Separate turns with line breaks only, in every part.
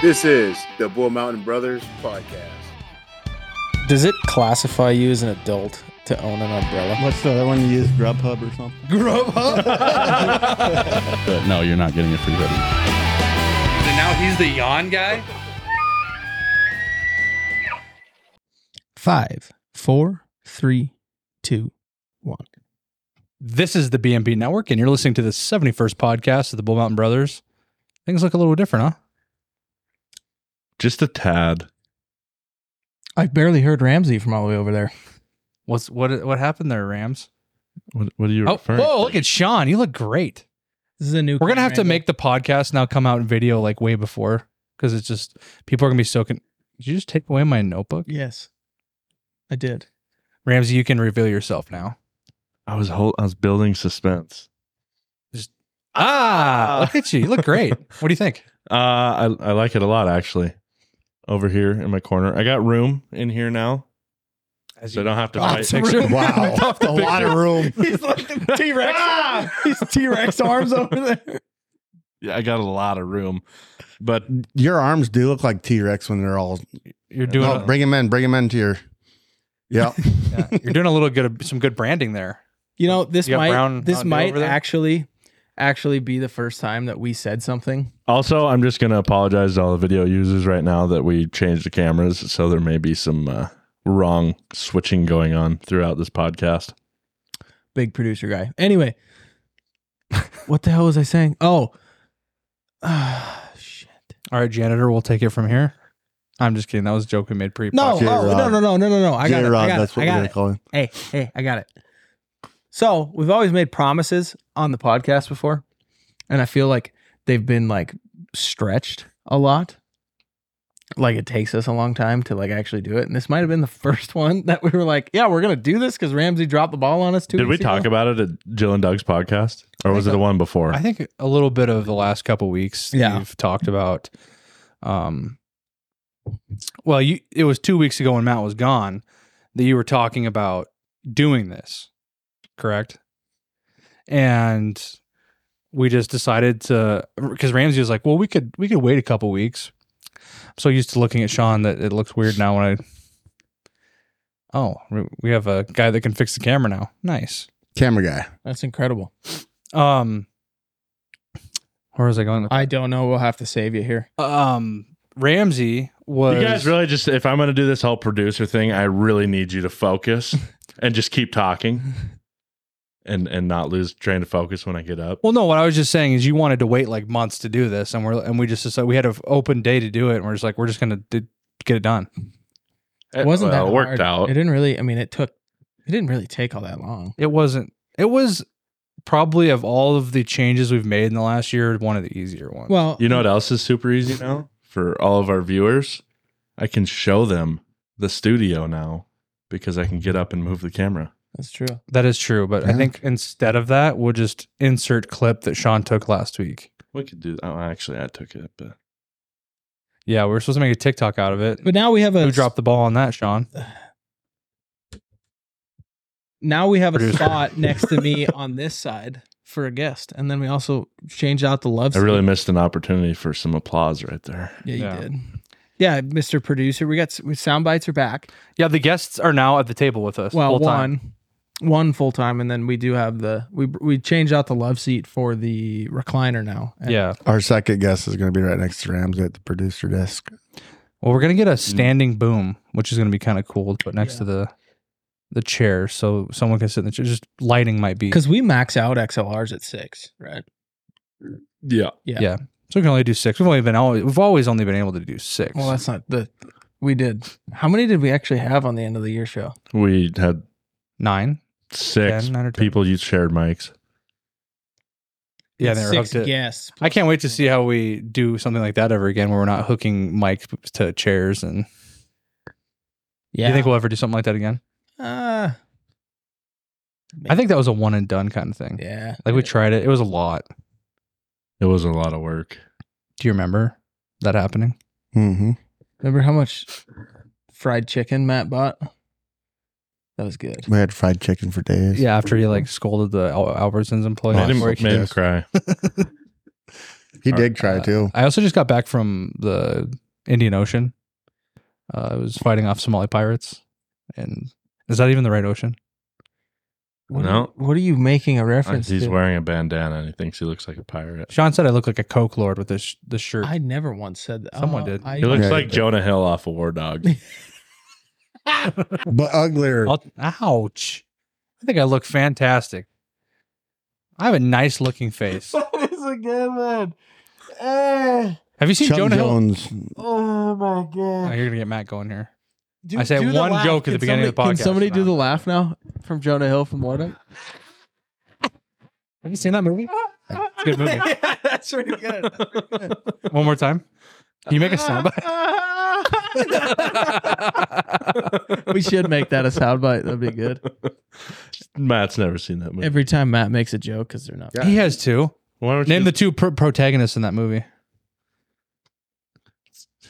This is the Bull Mountain Brothers podcast.
Does it classify you as an adult to own an umbrella?
What's the other one you use? Grubhub or something?
But no, you're not getting a free hoodie.
And now he's the yawn guy?
Five, four, three, two, one.
This is the BMP Network, and you're listening to the 71st podcast of the Bull Mountain Brothers. Things look a little different, huh?
Just a tad.
I barely heard Ramsey from all the way over there.
What's what what happened there, Rams?
What, what are you
Oh,
referring?
whoa, look at Sean. You look great.
This is a new.
We're gonna have to
camera
make the podcast now come out in video like way before because it's just people are gonna be so con- did you just take away my notebook?
angle. Yes, I did.
Ramsey, you can reveal yourself now.
I was hol- I was building suspense.
Ah, look at you. You look great. what do you think?
Uh, I I like it a lot actually. Over here in my corner, I got room in here now,
As
so I don't have to fight.
Lots of room. Wow, a lot of room. He's like the T
Ah!
Rex. He's T Rex arms over there.
Ah! Yeah, I got a lot of room, but
Your arms do look like T Rex when they're all.
you're doing
No,
a-
bring them in. Bring them into your. Yeah.
yeah, you're doing a little good some good branding there.
You know this
You got
might
brown
this
Mountain Dew
might
over there?
actually actually be the first time that we said something.
also I'm just gonna apologize to all the video users right now that we changed the cameras, so there may be some uh, wrong switching going on throughout this podcast.
Big producer guy. Anyway, what the hell was I saying? Oh, Ah, shit.
All right, janitor, we'll take it from here. I'm just kidding. That was a joke we made pre.
No, oh,
J. Rod.
no, no, no, no, no, no. I got it.
J-Rod,
I got
that's
it. I
what
got
we're
it.
gonna call him.
Hey, hey, I got it. So we've always made promises on the podcast before, and I feel like they've been like stretched a lot. Like it takes us a long time to like actually do it, and this might have been the first one that we were like, "Yeah, we're gonna do this" because Ramsey dropped the ball on us too.
Did we talk about it at Jill and Doug's podcast, or was it
think
the one before?
I think a little bit of the last couple weeks.
Yeah.
You've talked about, um, well, you it was two weeks ago when Matt was gone that you were talking about doing this, correct? And we just decided to because Ramsey was like, well, we could we could wait a couple weeks. I'm so used to looking at Sean that it looks weird now when I. Oh, we- we have a guy that can fix the camera now. Nice.
Camera guy.
That's incredible.
Um, where was I going? with-
I don't know. We'll have to save you here.
Um, Ramsey was.
You guys really just if I'm gonna do this whole producer thing, I really need you to focus and just keep talking and and not lose train of focus when I get up.
Well, no. What I was just saying is, you wanted to wait like months to do this, and we're and we just decided we had an open day to do it, and we're just like, we're just gonna d- get it done.
It
wasn't
Eh, well,
that
it worked
hard.
out.
It didn't really. I mean, it took. It didn't really take all that long.
It wasn't. It was probably of all of the changes we've made in the last year, one of the easier ones.
Well,
you know what else is super easy now for all of our viewers? I can show them the studio now because I can get up and move the camera.
that's true.
that is true, but I
Yeah.
think instead of that, we'll just insert clip that Sean took last week.
We could do oh actually I took it, but
Yeah, we were supposed to make a TikTok out of it.
But now we have a
Who dropped the ball on that, Sean?
now we have a
Producer.
spot next to me on this side for a guest, and then we also changed out the love.
I really
seat.
missed an opportunity for some applause right there.
yeah, you
Yeah.
did. Yeah, Mr. Producer, we got s- we- sound bites are back.
Yeah, the guests are now at the table with us.
Well,
full-time.
one, one full time, and then we do have the we we changed out the love seat for the recliner now. And
Yeah.
Our second guest is gonna be right next to Ramsey at the producer desk.
Well, we're gonna get a
Mm-hmm.
standing boom, which is gonna be kind of cool to put next to the the chair, so someone can sit in the chair. Just lighting might be
because we max out XLRs at six, right?
Yeah.
so we can only do six. We've only been always, we've always only been able to do six.
Well, that's not the we did. How many did we actually have on the end of the year show?
We had
nine.
six
Ten, nine or ten.
people you shared mics.
Yeah, they were
six
hooked it.
guests.
I can't wait to see how we do something like that ever again, where we're not hooking mics to chairs. And
Yeah,
you think we'll ever do something like that again?
uh,
I think that was a one and done kind of thing.
yeah.
Like we tried it; it was a lot.
It was a lot of work.
Do you remember that happening?
Mm-hmm.
Remember how much fried chicken Matt bought? That was good.
We had fried chicken for days.
Yeah, after he like scolded the Al- Albertsons employee.
Oh,
Made him,
fuck
made him
yes.
cry.
He did try
Uh,
too.
I also just got back from the Indian Ocean. Uh, I was fighting off Somali pirates, and is that even the right ocean?
What
No.
Are, you- what are you making a reference
He's
to?
wearing a bandana and he thinks he looks like a pirate.
Sean said I look like a coke lord with this this shirt.
I never once said that.
Someone
Oh,
did.
I,
He looks
Yeah.
like Jonah Hill off of War Dog.
But uglier.
I'll- ouch! I think I look fantastic. I have a nice looking face.
that is a good one. Eh,
Have you seen
Chuck
Jonah Hill?
Jones.
oh my
Oh,
god!
you're gonna get Matt going here.
Do-
I said
do the
one
laugh.
joke at the
Can
beginning of the
somebody-
podcast.
Can somebody do the laugh now from Jonah Hill from Warnock?
Have you seen that movie? a good movie.
yeah, that's pretty good. That's pretty good.
One more time. Can you make a sound?
we should make that a soundbite. That'd be good.
Matt's never seen that movie.
Every time Matt makes a joke, because they're not.
Yeah.
he has two.
Why don't
Name
you,
the two pr- protagonists in that movie.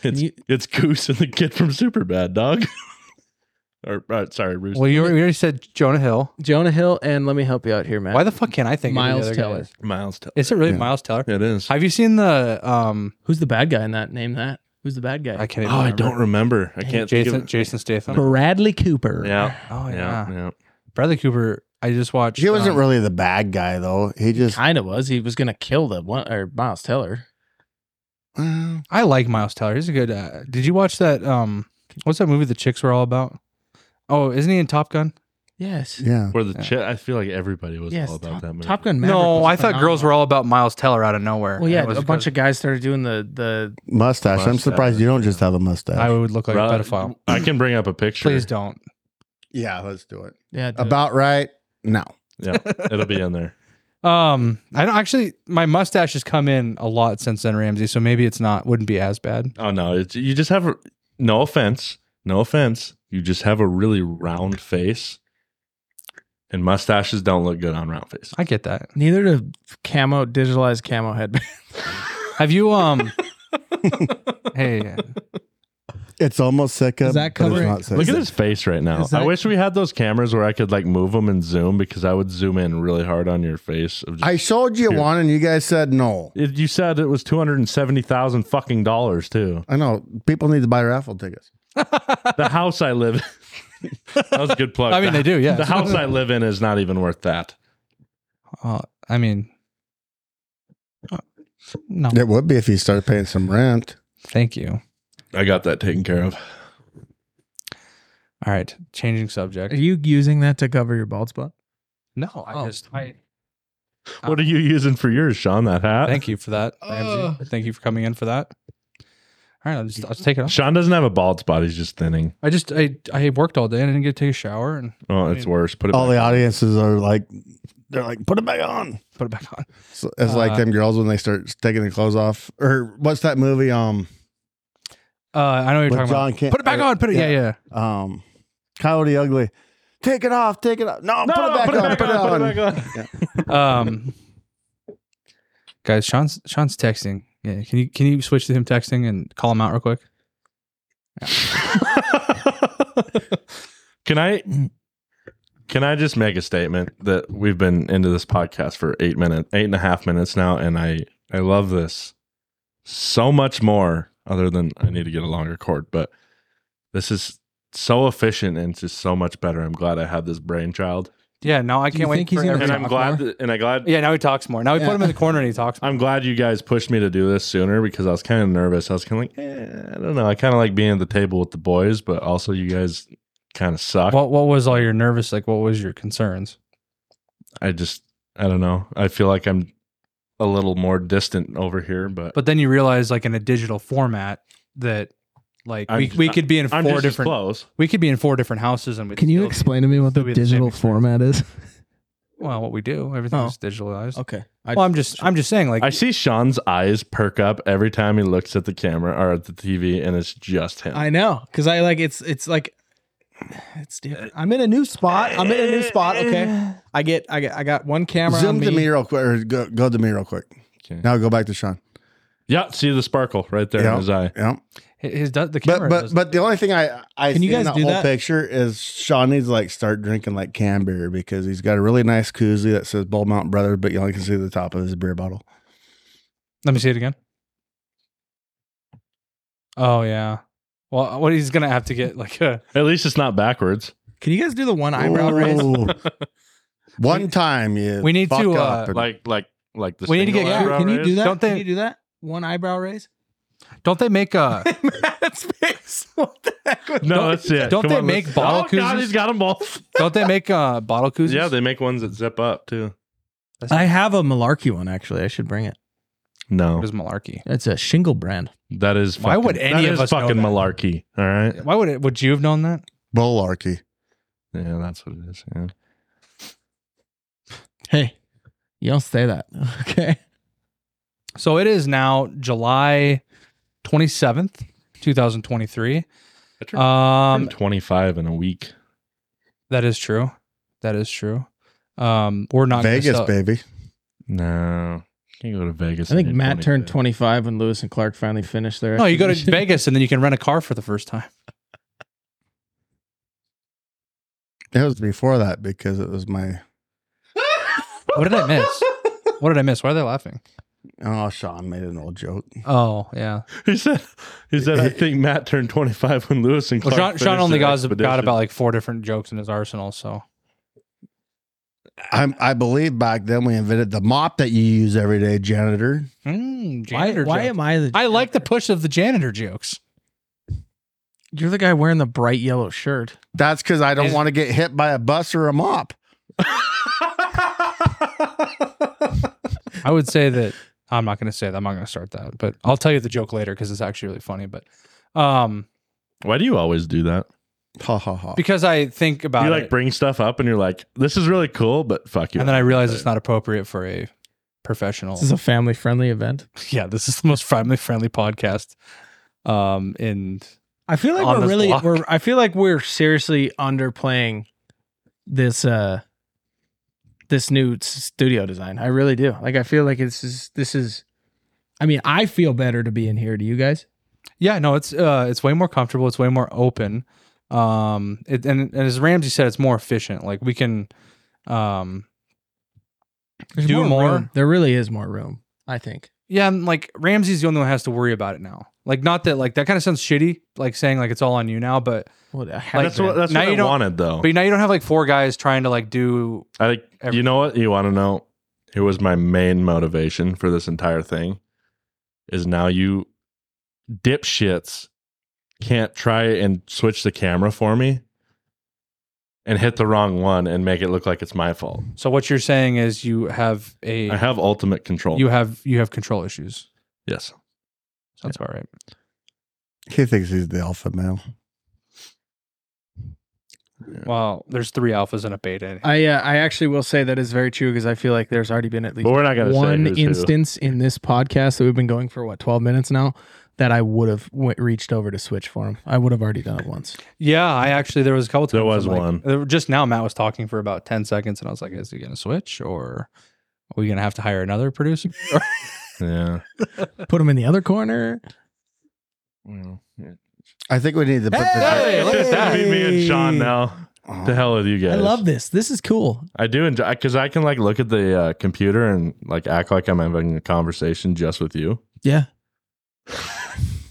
it's,
you-
it's Goose and the kid from Superbad, dog. or uh, sorry, Rooster.
Well, you already- we already said Jonah Hill.
Jonah Hill and let me help you out here, Matt.
Why the fuck can't I think
Miles
of the other
Teller?
guys?
Miles Teller.
Is it really
Yeah.
Miles Teller?
It is.
Have you seen the um?
Who's the bad guy in that? Name that. Who's the bad guy?
I can't. Even
oh, I
remember.
don't remember. I can't
Jason
think
Jason Statham.
Bradley Cooper.
of yeah,
Oh yeah.
yeah, yeah,
Bradley Cooper. I just watched.
He wasn't
um,
really the bad guy though. He just
kind of was. He was gonna kill the one or Miles Teller.
well,
I like Miles Teller. He's a good. Uh, did you watch that? Um, what's that movie the chicks were all about? Oh, isn't he in Top Gun?
Yes.
yeah.
Where the
Yeah.
chi- I feel like everybody was
yes.
all about
Top,
that movie.
Top Gun. Maverick
no,
was
I thought girls were
phenomenal.
all about Miles Teller out of nowhere.
Well,
and
yeah,
it was
a bunch
because
of guys started doing the the.
Mustache. I'm
Mustache.
surprised you don't just have a mustache.
I would look like
Ra-
a pedophile.
I can bring up a picture.
Please don't.
yeah, let's do it.
Yeah. do it.
About right now.
Yeah, it'll be in there.
Um, I don't actually. My mustache has come in a lot since then, Ramsey. So maybe it's not. Wouldn't be as bad.
Oh no, it's, you just have a, no offense, no offense. You just have a really round face, and mustaches don't look good on round faces.
I get that.
Neither do camo digitalized camo headband.
Have you um? hey,
It's almost sick
Is that covering-
Look at his face right now.
Is that-
I wish we had those cameras where I could like move them and zoom because I would zoom in really hard on your face. of just-
I showed you
Here.
one and you guys said no.
It- you said it was two hundred and seventy thousand fucking dollars too.
I know. People need to buy raffle tickets.
The house I live. in. that was a good plug.
I mean
The-
they do. Yeah.
the house I live in is not even worth that.
Uh, I mean, uh, no.
It would be if you started paying some rent.
Thank you.
I got that taken care of.
All right, changing subject.
Are you using that to cover your bald spot?
no, I
Oh.
just. I,
What are you using for yours, Sean? That hat.
thank you for that, Ramsey. Thank you for coming in for that. All right, I'll just, I'll just take it off.
Sean doesn't have a bald spot. He's just thinning.
I just I I worked all day. and I didn't get to take a shower and
Oh, it's worse. Put it
All
back.
the audiences are like, they're like, put it back on.
put it back on.
So it's like
Uh,
them girls when they start taking their clothes off. Or what's that movie? Um,
Uh, I know
with
what you're talking
John
about.
Kent-
Put it back
or-
on. Put it. Yeah, yeah.
um, Coyote Ugly. Take it off. Take it off. No,
No,
put it back on. put it on.
um guys sean's sean's texting yeah can you can you switch to him texting and call him out real quick
can I can I just make a statement that we've been into this podcast for eight minutes, eight and a half minutes now, and I I love this so much more. Other than I need to get a longer cord, but this is so efficient and just so much better. I'm glad I had this brainchild,
yeah now i
Do
can't
you
wait
think he's
for
gonna
every-
and
Talk
I'm glad,
more?
that, and I glad
yeah now he talks more now we
Yeah.
put him in the corner and he talks
I'm glad you guys pushed me to do this sooner because I was kind of nervous. I was kind of like, eh, I don't know. I kind of like being at the table with the boys, but also you guys kind of suck.
what what was all your nervous like what was your concerns
I just, I don't know. I feel like I'm a little more distant over here, but,
but then you realize like in a digital format that like
I'm
we,
just-
we could be in
I'm
four
just different.
different
close.
we could be in four different houses and we
Can you explain to me what the
it'll be the same
digital
experience.
format is?
well what we do everything's digitalized
Oh. Okay.
well i'm just i'm just saying like
I see Sean's eyes perk up every time he looks at the camera or at the TV, and it's just him.
I know, cause I like it's it's like it's different. I'm in a new spot. I'm in a new spot. Okay, I get I get I got one camera.
Zoom
on
to
me.
me real quick. Or go, go to me real quick.
Okay.
Now go back to Sean.
yeah, see the sparkle right there
Yeah.
in his eye.
Yeah.
his does the
But
camera
but
does-
but the only thing I I
Can you
see in
guys
that
do
whole
that?
picture is Sean needs to like start drinking like canned beer because he's got a really nice koozie that says Bull Mountain Brothers, but you only can see the top of his beer bottle.
Let me see it again. Oh yeah. Well, uh, what he's gonna have to get like a
At least it's not backwards.
Can you guys do the one eyebrow raise?
Ooh. One time, you.
we need
fuck
to, uh,
up and-
Like like like the.
We need to
single
get
Yeah,
Eyebrow
eyebrow
can you
raise.
do that?
Don't they-
Can you do that? One eyebrow raise?
don't they make a
Matt's face. What the heck? was-
No, that's it.
don't
Come
they
on,
make
let's-
bottle
Oh God,
koozes?
he's got them both.
don't they make uh bottle koozies?
yeah, they make ones that zip up too.
I have a malarkey one actually. I should bring it.
No,
is malarkey.
It's a shingle brand.
that is. Fucking,
Why would any
that
of
is
us know
fucking
that?
malarkey? All right.
Why would it? Would you have known that?
Bularky.
Yeah, that's what it is. Yeah.
Hey, you don't say that. Okay.
So it is now July twenty seventh, two thousand twenty three.
I'm
Um,
25 in a week.
that is true. That is true. Um, we're not gonna
Vegas,
sell-
baby.
No, can't go to Vegas.
I think
when you're
Matt turned
25.
25 when Lewis and Clark finally finished their.
No, you go to
exhibition.
Vegas and then you can rent a car for the first time.
It was before that because it was my.
What did I miss? What did I miss? Why are they laughing?
Oh, Sean made an old joke.
Oh yeah.
He said, "He said I think Matt turned 25 when Lewis and
Well, Sean,
Clark."
Sean
finished
only
their
got, got
expedition."
about like four different jokes in his arsenal. So
I, I believe back then we invented the mop that you use every day, janitor.
why,
Why, why am I the?
I like the push of the janitor jokes.
You're the guy wearing the bright yellow shirt.
That's because I don't
Is-
want to get hit by a bus or a mop.
I would say that I'm not going to say that. I'm not going to start that, but I'll tell you the joke later because it's actually really funny. But um,
Why do you always do that?
Ha ha ha.
because I think about
you
it,
like bring stuff up and you're like, "This is really cool," but fuck you.
and then I realize it's not appropriate for a professional.
This is a family friendly event.
yeah, this is the most family friendly podcast. Um, and
I feel like
on
we're
this
really
block.
we're I feel like we're seriously underplaying this uh this new s- studio design. I really do. Like I feel like this is this is I mean, I feel better to be in here. Do you guys?
Yeah, no, it's uh, it's way more comfortable. It's way more open. Um, it, and, and as Ramsey said, it's more efficient. Like we can, um, Do more?
room. There really is more room, I think.
yeah, and like Ramsey's the only one who has to worry about it now. Like, not that like that kind of sounds shitty, like saying like it's all on you now, but
Well, it has
that's
been.
what that's
Now
what
you
I
don't-
wanted though.
but now you don't have like four guys trying to like do.
I like you
Everything.
know what you want to know. It was my main motivation for this entire thing. Is now you dipshits can't try and switch the camera for me and hit the wrong one and make it look like it's my fault.
So what you're saying is you have a
I have ultimate control.
you have you have control issues.
yes.
Sounds about right.
He thinks he's the alpha male.
Well, there's three alphas and a beta.
I uh, I actually will say that is very true because I feel like there's already been at least
But we're not gonna say
one
who's who.
instance in this podcast that we've been going for what 12 minutes now that I would have went, reached over to switch for him. I would have already done it once.
Yeah, I actually there was a couple times.
There was
I'm like-
one.
there- just now, Matt was talking for about ten seconds, and I was like, "Is he going to switch, or are we going to have to hire another producer?"
Yeah.
Put him in the other corner.
Well, yeah.
I think we need to put uh-huh.
Hey, look at that.
That'd be me and Sean now.
the.
To hell with you guys.
I love this. This is cool.
I do enjoy because I can like look at the uh, computer and like act like I'm having a conversation just with you.
Yeah.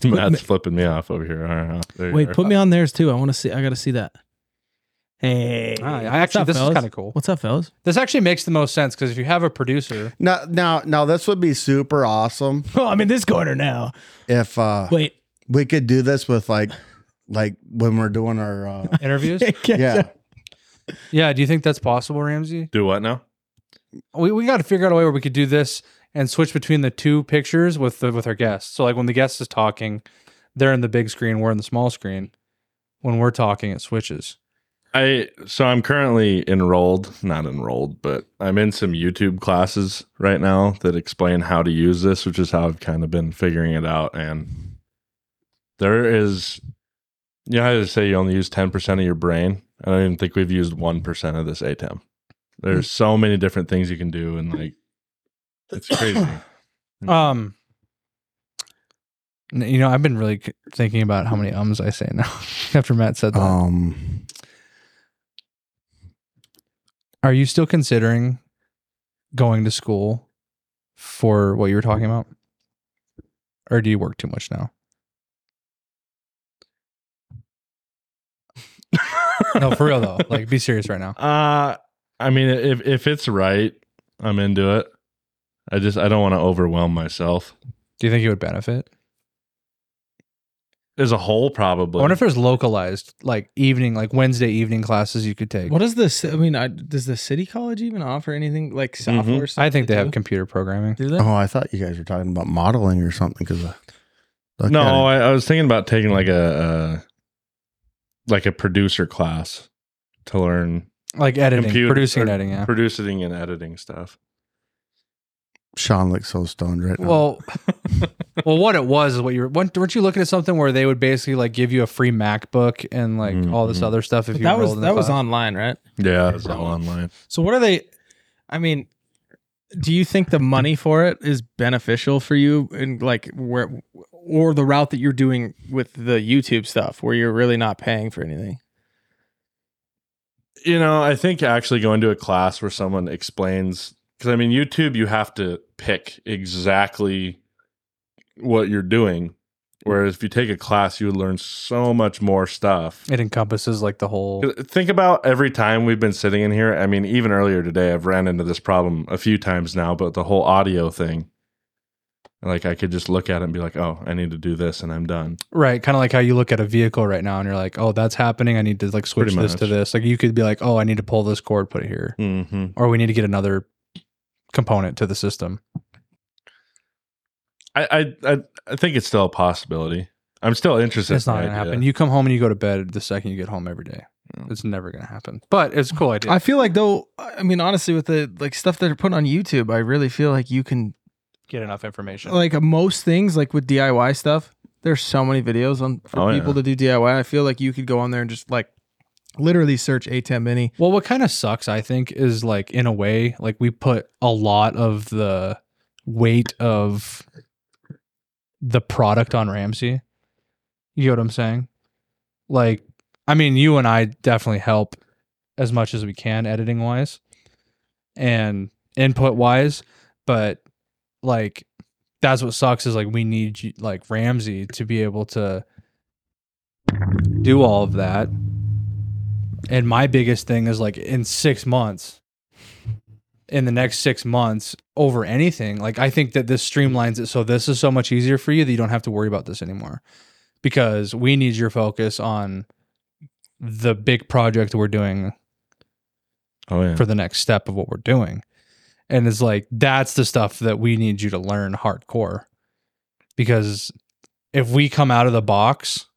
Matt's flipping me off over here. All right, there you
Wait,
are. Uh,
put me on theirs too. I want to see. I got to see that. Hey,
I
What's
actually,
up,
this is
fellas?
kind of cool.
What's up, fellas?
This actually makes the most sense because if you have a producer,
Now, now, now, this would be super awesome
Oh, I'm in this corner now.
if uh,
Wait,
we could do this with like, like when we're doing our uh,
interviews,
yeah.
yeah, do you think that's possible, Ramsey?
Do what now?
We we got to figure out a way where we could do this and switch between the two pictures with the with our guests. So like when the guest is talking, they're in the big screen, we're in the small screen. When we're talking, it switches.
I so I'm currently enrolled, not enrolled, but I'm in some YouTube classes right now that explain how to use this, which is how I've kind of been figuring it out. And there is, you know, I say you only use 10% of your brain. I don't even think we've used 1% of this ATEM. There's so many different things you can do, and like, it's crazy.
Um, n- you know, I've been really c- thinking about how many ums I say now after Matt said that.
Um,
Are you still considering going to school for what you were talking about? or do you work too much now? No, for real though. Like, be serious right now.
Uh I mean if if it's right, I'm into it. I just I don't want to overwhelm myself.
Do you think it would benefit?
As a whole, probably.
I wonder if there's localized, like evening, like Wednesday evening classes you could take.
What is this? I mean, I, does the city college even offer anything like
Mm-hmm.
software? stuff
I think
to
they have
do?
computer programming.
do they?
Oh, I thought you guys were talking about modeling or something uh, because
no, I, I was thinking about taking like a, a like a producer class to learn
Like editing,
computer
producing and
or
editing, yeah.
producing and editing stuff.
Sean looks so stoned right
um,
now.
Well, well, what it was is what you were. weren't- Weren't you looking at something where they would basically like give you a free MacBook and like all this
Mhm.
other stuff if
But
you
that
enrolled
was
in the
that was
class?
online, right?
Yeah, it's all online.
So what are they? I mean, do you think the money for it is beneficial for you and like where or the route that you're doing with the YouTube stuff where you're really not paying for anything?
You know, I think actually going to a class where someone explains because I mean YouTube, you have to pick exactly what you're doing. Whereas if you take a class, you would learn so much more stuff.
It encompasses like the whole.
Think about every time we've been sitting in here. I mean, even earlier today, I've ran into this problem a few times now, but the whole audio thing. Like, I could just look at it and be like, oh, I need to do this and I'm done.
Right, kind of like how you look at a vehicle right now, and you're like, "Oh, that's happening. I need to like switch
Pretty
this to
much.
this." Like you could be like, "Oh, I need to pull this cord, put it here,"
Mm-hmm.
or we need to get another component to the system.
I, I, I, I think it's still a possibility. I'm still interested.
it's
in
not
the
gonna
idea.
happen. You come home and you go to bed the second you get home every day.
Yeah.
It's never gonna happen. But it's a cool idea.
I feel like though, I mean, honestly, with the like stuff that are put on YouTube, I really feel like you can
get enough information.
like most things like with DIY stuff, there's so many videos on for
Oh, yeah.
people to do DIY. I feel like you could go on there and just like literally search A10 Mini.
Well, what kind of sucks, I think, is like in a way, like we put a lot of the weight of the product on Ramsey. You get what I'm saying? Like, I mean, you and I definitely help as much as we can editing wise and input wise, but like that's what sucks is like we need you- like Ramsey to be able to do all of that. And my biggest thing is like in six months, in the next six months, over anything, like I think that this streamlines it. So this is so much easier for you that you don't have to worry about this anymore because we need your focus on the big project we're doing
Oh yeah.
for the next step of what we're doing. And it's like that's the stuff that we need you to learn hardcore. Because if we come out of the box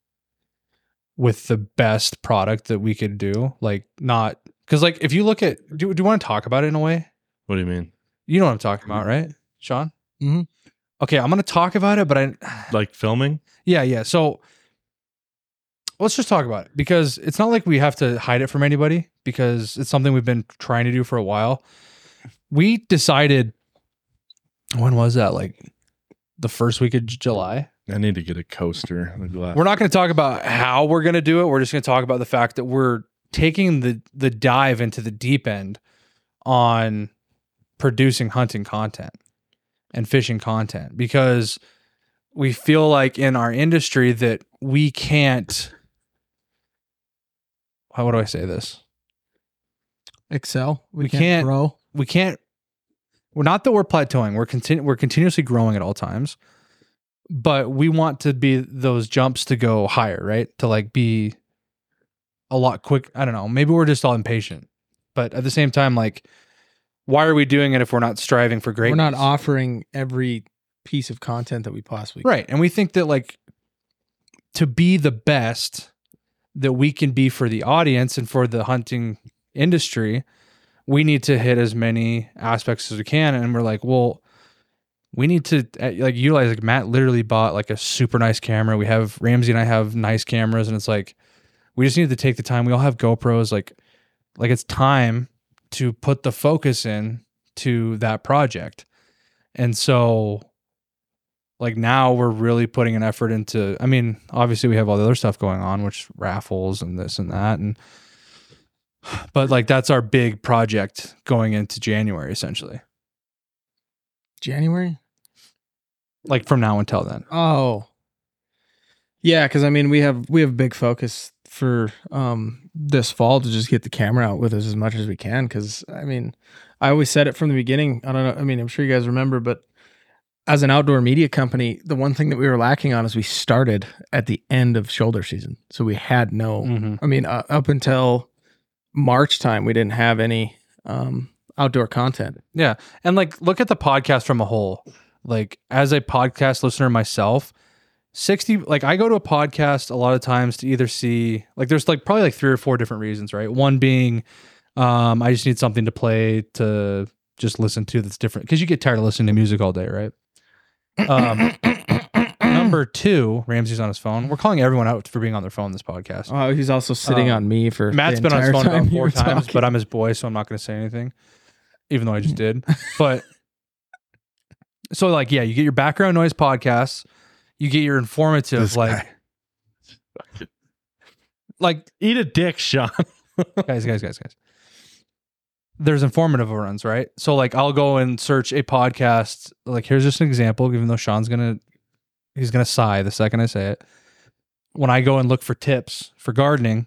with the best product that we could do, like not cuz like if you look at do, do you want to talk about it in a way?
what do you mean?
You know what I'm talking about, right? Sean?
Mhm.
Okay, I'm going to talk about it, but I
Like filming?
yeah, yeah. So let's just talk about it because it's not like we have to hide it from anybody because it's something we've been trying to do for a while. We decided when was that? Like the first week of J- July.
I need to get a coaster. The glass.
We're not going to talk about how we're going to do it. We're just going to talk about the fact that we're taking the the dive into the deep end on producing hunting content and fishing content because we feel like in our industry that we can't how would I say this?
Excel. We,
We
can't,
can't-
grow.
we can't we're not that we're plateauing we're continu- we're continuously growing at all times but we want to be those jumps to go higher right to like be a lot quick i don't know maybe we're just all impatient but at the same time like why are we doing it if we're not striving for greatness
We're not offering every piece of content that we possibly
Right. And we think that like to be the best that we can be for the audience and for the hunting industry, we need to hit as many aspects as we can. And we're like, well, we need to uh, like utilize like Matt literally bought like a super nice camera. We have Ramsey and I have nice cameras and it's like we just need to take the time. We all have GoPros like like it's time to put the focus in to that project. And so like now we're really putting an effort into i mean obviously we have all the other stuff going on which raffles and this and that and but like that's our big project going into january essentially
January?
Like from now until then.
Oh. Yeah, because I mean we have we have big focus for um this fall to just get the camera out with us as much as we can because I mean I always said it from the beginning. I don't know, I mean I'm sure you guys remember, but as an outdoor media company, the one thing that we were lacking on is we started at the end of shoulder season. So we had no
Mm-hmm.
I mean, uh, up until March time, we didn't have any um, outdoor content.
Yeah. And like look at the podcast from a whole. Like as a podcast listener myself, 60 like I go to a podcast a lot of times to either see like there's like probably like three or four different reasons, right? One being um I just need something to play to just listen to that's different cuz you get tired of listening to music all day, right? Um number 2, Ramsey's on his phone. We're calling everyone out for being on their phone this podcast.
Oh, he's also sitting
Um,
on me for the
Matt's been on his
entire
phone
time
about
you
four
were
times,
talking.
but I'm his boy, so I'm not going to say anything, even though I just did. But so, like, yeah, you get your background noise podcasts, you get your informative,
This
like, like
Eat a dick, Sean.
guys, guys, guys, guys. There's informative runs, right? So, like, I'll go and search a podcast. Like, here's just an example, even though Sean's gonna he's gonna sigh the second I say it. When I go and look for tips for gardening,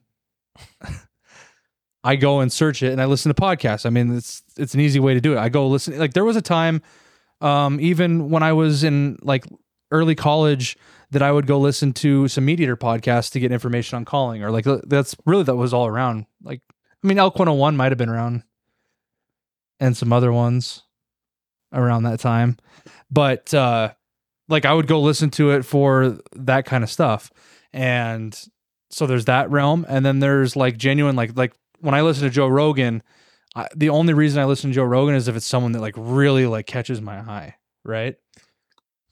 I go and search it and I listen to podcasts. I mean, it's it's an easy way to do it. I go listen. Like there was a time, um, even when I was in like early college, that I would go listen to some meat eater podcasts to get information on calling or like th- that's really that was all around. Like I mean, Elk 101 might have been around, and some other ones around that time, but uh, like I would go listen to it for that kind of stuff. And so there's that realm, and then there's like genuine like like when I listen to Joe Rogan, I, the only reason I listen to Joe Rogan is if it's someone that like really like catches my eye, right?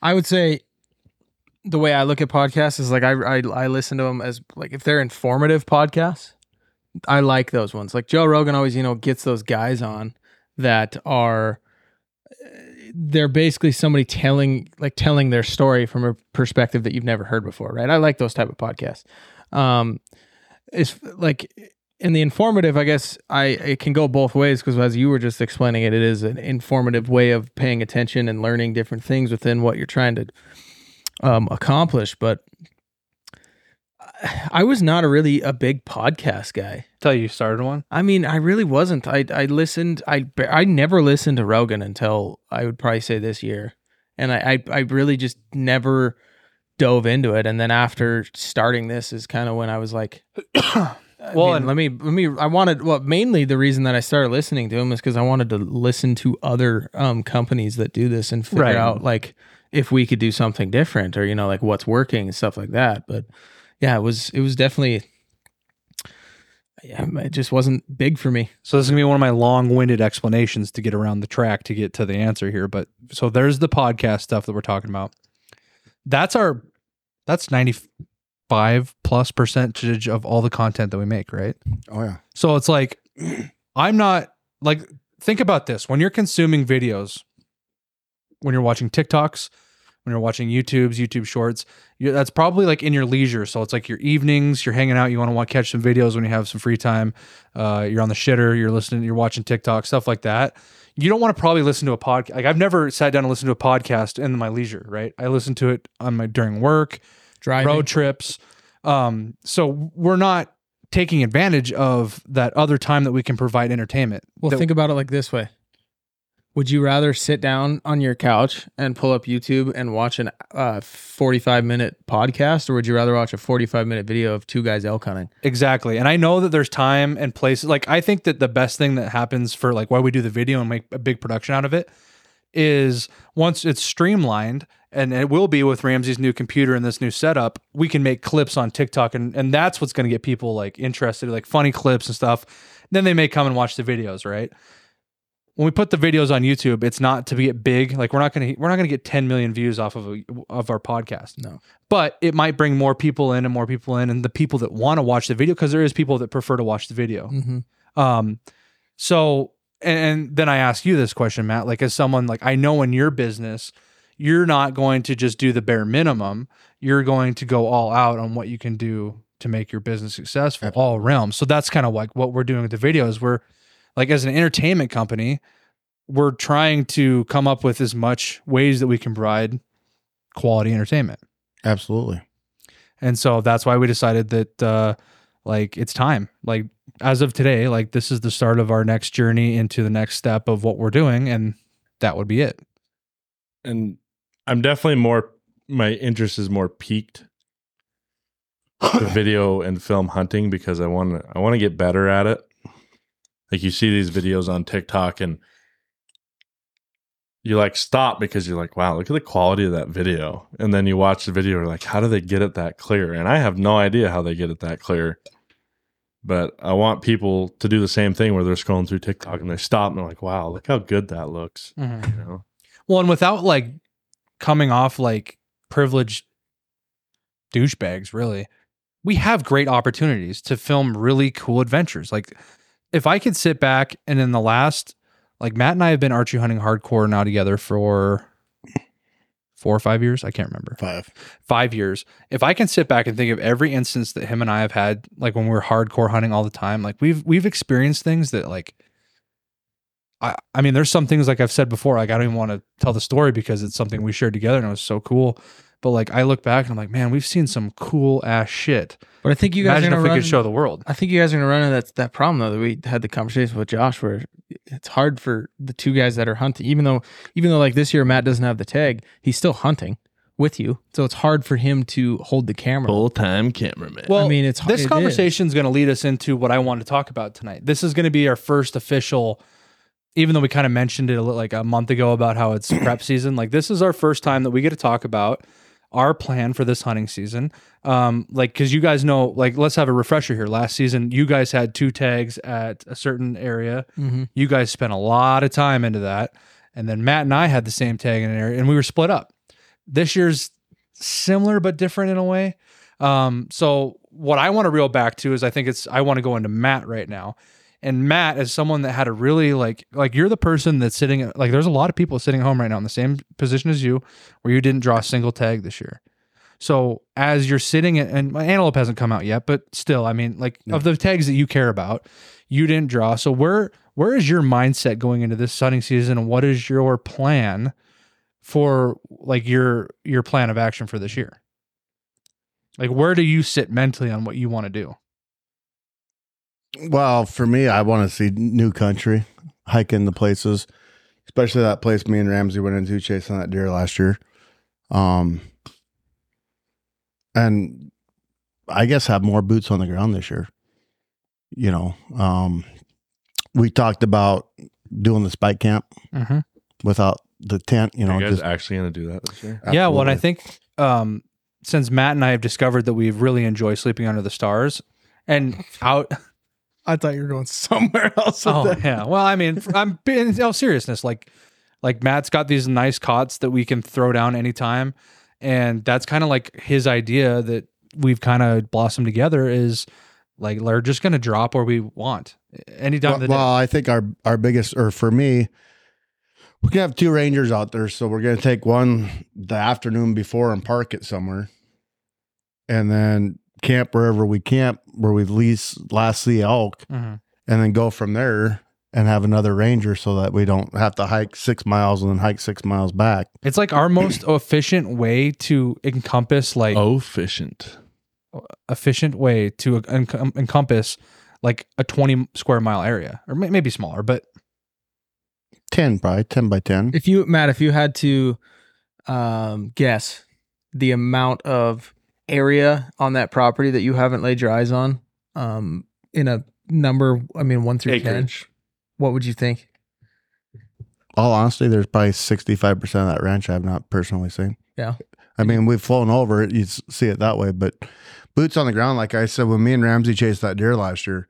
I would say the way I look at podcasts is like I, I I listen to them as like if they're informative podcasts, I like those ones. Like Joe Rogan always, you know, gets those guys on that are they're basically somebody telling like telling their story from a perspective that you've never heard before, right? I like those type of podcasts. Um it's like in the informative, I guess I it can go both ways because as you were just explaining it, it is an informative way of paying attention and learning different things within what you're trying to um, accomplish. But I- I was not a really a big podcast guy.
Tell you you started one.
I mean, I really wasn't. I I listened. I ba- I never listened to Rogan until I would probably say this year, and I I, I really just never dove into it. And then after starting this is kind of when I was like,
Well,
well,
and-
let me let me. I wanted well mainly the reason that I started listening to him is because I wanted to listen to other um companies that do this and figure
Right.
out like if we could do something different or you know like what's working and stuff like that. But yeah, it was it was definitely. Yeah, it just wasn't big for me.
So this is gonna be one of my long-winded explanations to get around the track to get to the answer here. But so there's the podcast stuff that we're talking about. That's our that's 95 plus percentage of all the content that we make, right?
Oh yeah.
So it's like I'm not like think about this when you're consuming videos, when you're watching TikToks, when you're watching YouTube's YouTube Shorts, you, that's probably like in your leisure. So it's like your evenings, you're hanging out, you want to catch some videos when you have some free time. Uh, you're on the shitter, you're listening, you're watching TikTok stuff like that. You don't want to probably listen to a podcast. Like I've never sat down and listened to a podcast in my leisure, right? I listen to it on my during work
Driving.
road trips. Um, so we're not taking advantage of that other time that we can provide entertainment.
Well,
That-
think about it like this way. Would you rather sit down on your couch and pull up YouTube and watch an uh, 45 minute podcast, or would you rather watch a 45 minute video of two guys elk hunting?
exactly. And I know that there's time and places. Like I think that the best thing that happens for like why we do the video and make a big production out of it is once it's streamlined and it will be with Ramsey's new computer and this new setup, we can make clips on TikTok and, and that's what's gonna get people like interested, like funny clips and stuff. Then they may come and watch the videos, right? When we put the videos on YouTube, it's not to get big. Like we're not gonna we're not gonna get 10 million views off of a, of our podcast.
No.
But it might bring more people in and more people in and the people that want to watch the video, because there is people that prefer to watch the video.
Mm-hmm.
Um, so and, and then I ask you this question, Matt. Like, as someone like I know in your business, you're not going to just do the bare minimum. You're going to go all out on what you can do to make your business successful, all realms. So that's kind of like what we're doing with the videos. We're like as an entertainment company, we're trying to come up with as much ways that we can provide quality entertainment.
Absolutely.
And so that's why we decided that uh like it's time. Like as of today, like this is the start of our next journey into the next step of what we're doing and that would be it.
and I'm definitely more my interest is more peaked to video and film hunting because I want to I want to get better at it. Like you see these videos on TikTok and you like stop because you're like, wow, look at the quality of that video. And then you watch the video, you're like, how do they get it that clear? And I have no idea how they get it that clear. But I want people to do the same thing where they're scrolling through TikTok and they stop and they're like, wow, look how good that looks. You know?
Well, and without like coming off like privileged douchebags, really, we have great opportunities to film really cool adventures. Like, if I could sit back and in the last, like, Matt and I have been archery hunting hardcore now together for four or five years. I can't remember
Five.
five years, if I can sit back and think of every instance that him and I have had, like when we were hardcore hunting all the time, like we've we've experienced things that like I I mean, there's some things like I've said before, like I don't even want to tell the story because it's something we shared together and it was so cool. But like I look back and I'm like, man, we've seen some cool ass shit.
But I think you guys
Imagine
are
if
gonna
we
run,
could show the world.
I think you guys are gonna run into that that problem though that we had the conversation with Josh where it's hard for the two guys that are hunting, even though even though like this year Matt doesn't have the tag, he's still hunting with you. So it's hard for him to hold the camera.
time cameraman.
Well,
I mean it's
this
it
conversation is going to lead us into what I want to talk about tonight. This is going to be our first official, even though we kind of mentioned it a little, like a month ago about how it's prep season. Like this is our first time that we get to talk about our plan for this hunting season. Um, like because you guys know, like let's have a refresher here. Last season, you guys had two tags at a certain area.
is. Mhm.
You guys spent a lot of time into that, and then Matt and I had the same tag in an area, and we were split up. This year's similar but different in a way. Um, so what I want to reel back to is I think it's I want to go into Matt right now. And Matt is someone that had a really like like you're the person that's sitting like there's a lot of people sitting at home right now in the same position as you where you didn't draw a single tag this year. So as you're sitting in- and my antelope hasn't come out yet, but still, I mean, like of the tags that you care about, you didn't draw. So where where is your mindset going into this hunting season and what is your plan for like your your plan of action for this year? Like where do you sit mentally on what you want to do?
Well, for me, I want to see new country, hiking the places, especially that place me and Ramsey went into chasing that deer last year. Um, and I guess have more boots on the ground this year. You know, um, we talked about doing the spike camp
Mm-hmm.
without the tent. You know,
you guys
just
actually going to do that this year?
Yeah, well, and I
absolutely.
think um, since Matt and I have discovered that we really enjoy sleeping under the stars and out.
I thought you were going somewhere else. with
oh
that.
yeah. Well, I mean, I'm in all seriousness. Like, like Matt's got these nice cots that we can throw down anytime, and that's kind of like his idea that we've kind of blossomed together is like we're just gonna drop where we want anytime.
Well,
that
well, I think our our biggest, or for me, we can have two rangers out there, so we're going to take one the afternoon before and park it somewhere, and then camp wherever we camp where we lease last see elk,
Mhm.
and then go from there and have another ranger so that we don't have to hike six miles and then hike six miles back.
It's like our most efficient way to encompass like
Efficient.
efficient way to en- en- encompass like a 20 square mile area or may- maybe smaller but
Ten probably ten by ten.
If you Matt, if you had to um, guess the amount of area on that property that you haven't laid your eyes on, um, in a number, I mean one through ten, what would you think?
all honesty, there's probably 65% of that ranch I've not personally seen.
Yeah.
I mean, we've flown over it. You s- see it that way, but boots on the ground, like I said, when me and Ramsey chased that deer last year,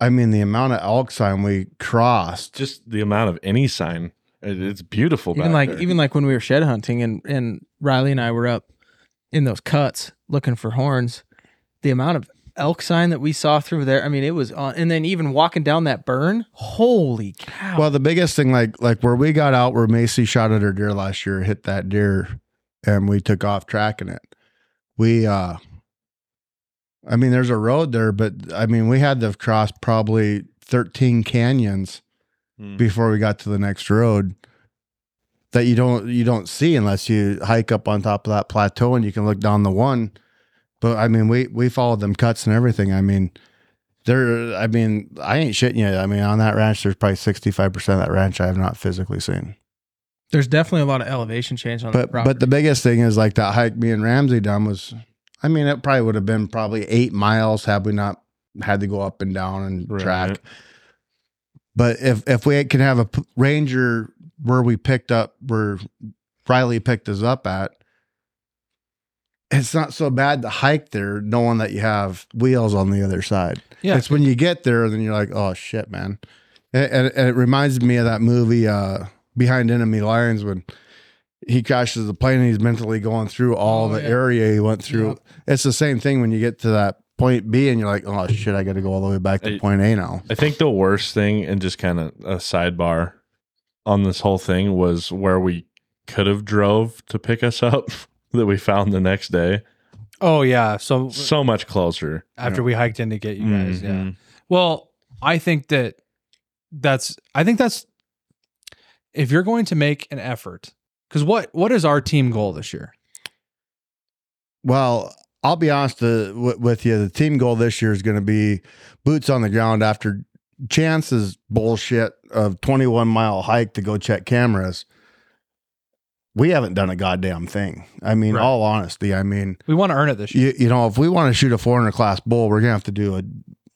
I mean, the amount of elk sign we crossed.
Just the amount of any sign. It- it's beautiful.
Even like
back there.
even like when we were shed hunting and and Riley and I were up in those cuts looking for horns, the amount of elk sign that we saw through there, I mean it was on and then even walking down that burn, holy cow.
Well, the biggest thing, like like where we got out, where Macy shot at her deer last year, hit that deer, and we took off tracking it. We, uh I mean, there's a road there, but I mean, we had to have crossed probably 13 canyons
Hmm.
before we got to the next road that you don't you don't see unless you hike up on top of that plateau and you can look down the one. But I mean, we we followed them cuts and everything. I mean, there. I mean, I ain't shitting you. I mean, on that ranch, there's probably sixty five percent of that ranch I have not physically seen.
There's definitely a lot of elevation change on
But
that property.
but the biggest thing is like that hike me and Ramsey done was, I mean, it probably would have been probably eight miles had we not had to go up and down and
Right.
track. But if if we can have a p- ranger where we picked up where Riley picked us up at, it's not so bad to hike there knowing that you have wheels on the other side.
Yeah.
it's when you get there then you're like, oh shit, man. And, and- and it reminds me of that movie uh, Behind Enemy Lines when he crashes the plane and he's mentally going through all
Oh,
the
yeah.
area he went through. It's the same thing when you get to that point B and you're like, oh shit, I got to go all the way back to
Hey.
point A now.
I think the worst thing, and just kind of a sidebar on this whole thing, was where we could have drove to pick us up that we found the next day.
Oh yeah. So
So much closer.
after we hiked in to get you guys, yeah.
Mhm.
Well, I think that that's I think that's if you're going to make an effort cuz what what is our team goal this year?
Well, I'll be honest uh, wi- with you. The team goal this year is going to be boots on the ground after chances bullshit of 21 mile hike to go check cameras. We haven't done a goddamn thing. I mean,
Right.
all honesty, I mean,
We want to earn it this year.
you, you know, if we want to shoot a 400 class bull, we're gonna have to do a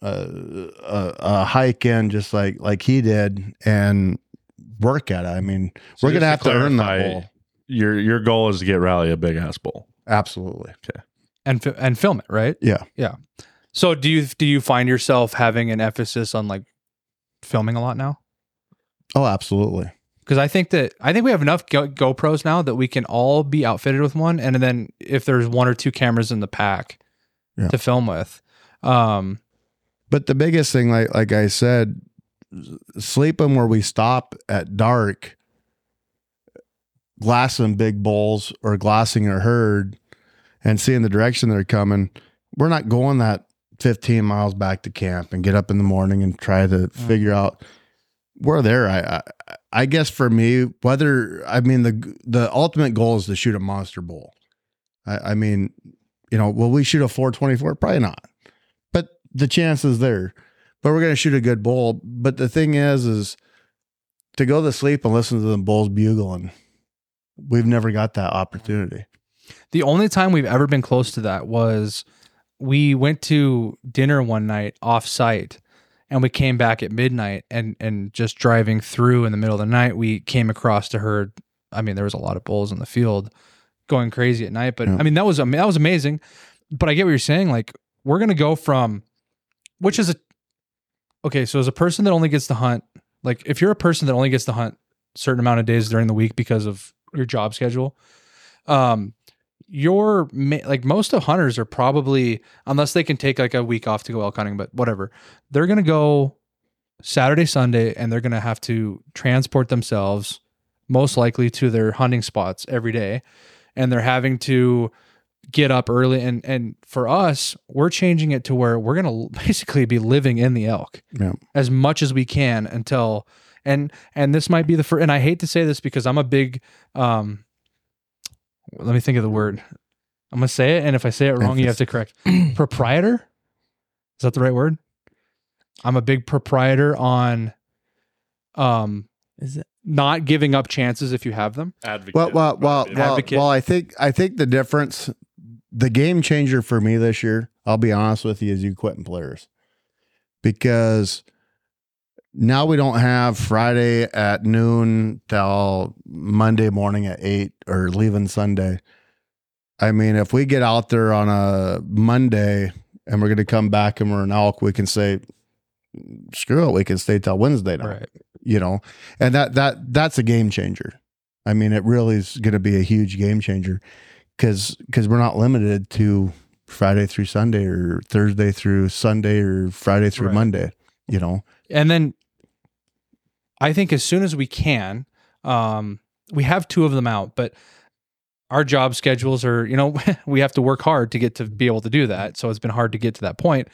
a, a, a hike in just like like he did and work at it. I mean,
So
we're
just
gonna have to earn that
clarify,
bull.
Your your goal is to get Riley a big ass bowl.
Absolutely.
And fi- and film it, right?
Yeah.
Yeah. So do you do you find yourself having an emphasis on like filming a lot now?
Oh, absolutely.
because I think that I think we have enough Go- GoPros now that we can all be outfitted with one, and then if there's one or two cameras in the pack
Yeah.
to film with, um,
But the biggest thing, like like I said, sleeping where we stop at dark, glassing big bulls or glassing a herd, and seeing the direction they're coming. We're not going that 15 miles back to camp and get up in the morning and try to figure out where they're. I, I I guess for me, whether I mean the the ultimate goal is to shoot a monster bull. I, I mean, you know, will we shoot a 424? Probably not but the chance is there. But we're gonna shoot a good bull. But the thing is, is to go to sleep and listen to the bulls bugling. We've never got that opportunity.
the only time we've ever been close to that was we went to dinner one night off site, and we came back at midnight, and and just driving through in the middle of the night, we came across to herd. I mean, there was a lot of bulls in the field going crazy at night, but
Yeah.
I mean that was am- that was amazing. But I get what you're saying. Like we're gonna go from which is a okay so as a person that only gets to hunt like if you're a person that only gets to hunt certain amount of days during the week because of your job schedule um your ma- like most of hunters are probably unless they can take like a week off to go elk hunting but whatever they're gonna go saturday sunday and they're gonna have to transport themselves most likely to their hunting spots every day and they're having to get up early and and for us we're changing it to where we're going to basically be living in the elk
Yeah.
as much as we can until and and this might be the first and I hate to say this because I'm a big um let me think of the word I'm going to say it and if I say it wrong you have to correct proprietor is that the right word I'm a big proprietor on um
Is it-
not giving up chances if you have them
Advocate.
Well, well, well, well,
Advocate.
well. I think I think the difference, the game changer for me this year. I'll be honest with you, is you quitting players, because now we don't have Friday at noon till Monday morning at eight or leaving Sunday. I mean, if we get out there on a Monday and we're going to come back and we're an elk, we can say, screw it, we can stay till Wednesday now you know and that that that's a game changer i mean it really is going to be a huge game changer because because we're not limited to friday through sunday or thursday through sunday or friday through
Right.
monday you know
and then I think as soon as we can, um, we have two of them out, but our job schedules are, you know, we have to work hard to get to be able to do that. So it's been hard to get to that point.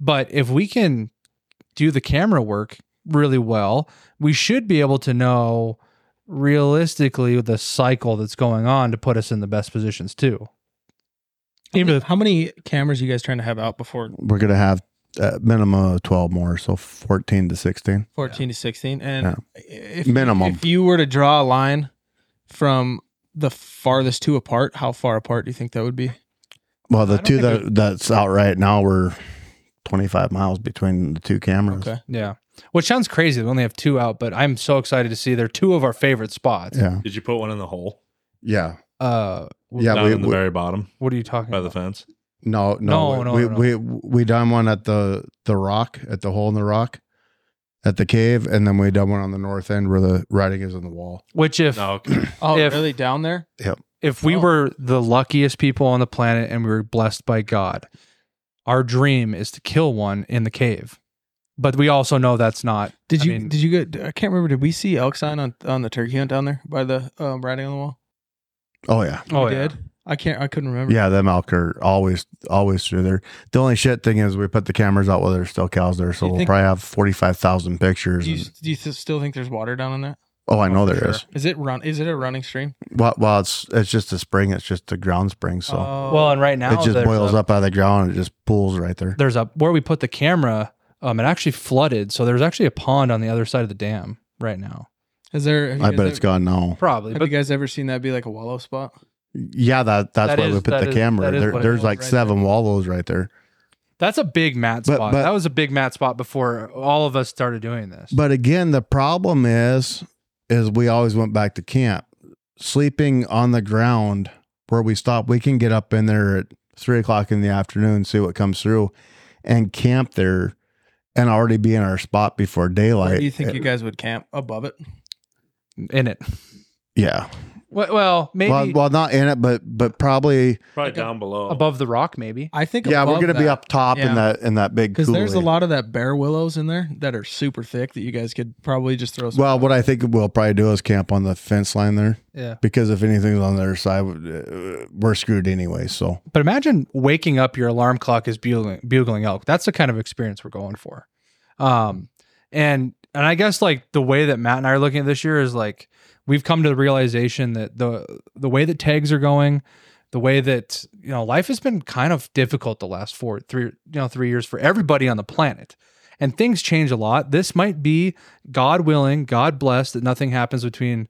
But if we can do the camera work really well, we should be able to know realistically the cycle that's going on to put us in the best positions too. Even if-
How many cameras you guys trying to have out before
We're gonna have uh, minimum of twelve more, so fourteen to sixteen.
14 to 16 and
Yeah.
if
Minimum.
if you were to draw a line from the farthest two apart how far apart do you think that would be
Well,
I
the
don't
two
think
that that's out right now we're twenty five miles between the two cameras.
okay
yeah. Which sounds crazy. We only have two out, but I'm so excited to see they're two of our favorite spots.
Yeah,
Did you put one in the hole
yeah,
Uh,
yeah.
down
We,
in the
we-
very bottom
what are you talking
by the
about?
fence?
no, no,
No, no,
we,
no.
we we done one at the the rock at the hole in the rock at the cave, and then we done one on the north end where the writing is on the wall.
Which if
No, okay.
oh
If-
really down there
if we
Oh.
were the luckiest people on the planet and we were blessed by God, our dream is to kill one in the cave. But we also know that's not
did
I
you
mean-
did you get i can't remember did we see elk sign on on the turkey hunt down there by the um riding on the wall
Oh yeah,
Oh,
we
yeah.
did i can't i couldn't remember
yeah. Them elk are always always through there. The only shit thing is we put the cameras out while there's still cows there, so
You
we'll
think-
probably have forty five thousand pictures.
do you,
and-
do you th- still think there's water down in that
oh, I know
for
there is.
sure.
is it run is it a running stream
Well, well, it's it's just a spring. It's just a ground spring, so
Oh,
well. And right now
it just
there's
boils
a-
up out of the ground. and It just pools right there.
There's a where we put the camera. Um, it actually flooded, so there's actually a pond on the other side of the dam right now.
is there have you
I
guys
bet it's
ever-
gone now.
Probably,
have
but
you guys ever seen that be like a wallow spot
Yeah, that that's
That
why
is-
we put
that
the
is-
camera.
that is
There,
what it
there's
was
like
right
seven wallows right there.
that's a big Matt
But-
spot.
but-
that was a big Matt spot before all of us started doing this.
But again, the problem is, is we always went back to camp, sleeping on the ground where we stop. We can get up in there at three o'clock in the afternoon, see what comes through, and camp there, and already be in our spot before
Where
daylight.
do you think you guys would camp above it
in it,
yeah.
well, well maybe
Well, well, not in it, but but probably
Probably down below.
above the rock, maybe.
i think
Yeah, we're
above
gonna be
that.
up top
Yeah.
in that in that big.
Because there's a
coulee.
lot of that bare willows in there that are super thick that you guys could probably just throw. Some
Well, what I think we'll probably do is camp on the fence line there
Yeah.
because if anything's on the other side, uh, we're screwed anyway. So
But imagine waking up your alarm clock is bugling, bugling elk. That's the kind of experience we're going for. Um, and and I guess like the way that Matt and I are looking at this year is like we've come to the realization that the the way that tags are going, the way that you know life has been kind of difficult the last four three you know three years for everybody on the planet. And things change a lot. This might be God willing, God bless that nothing happens between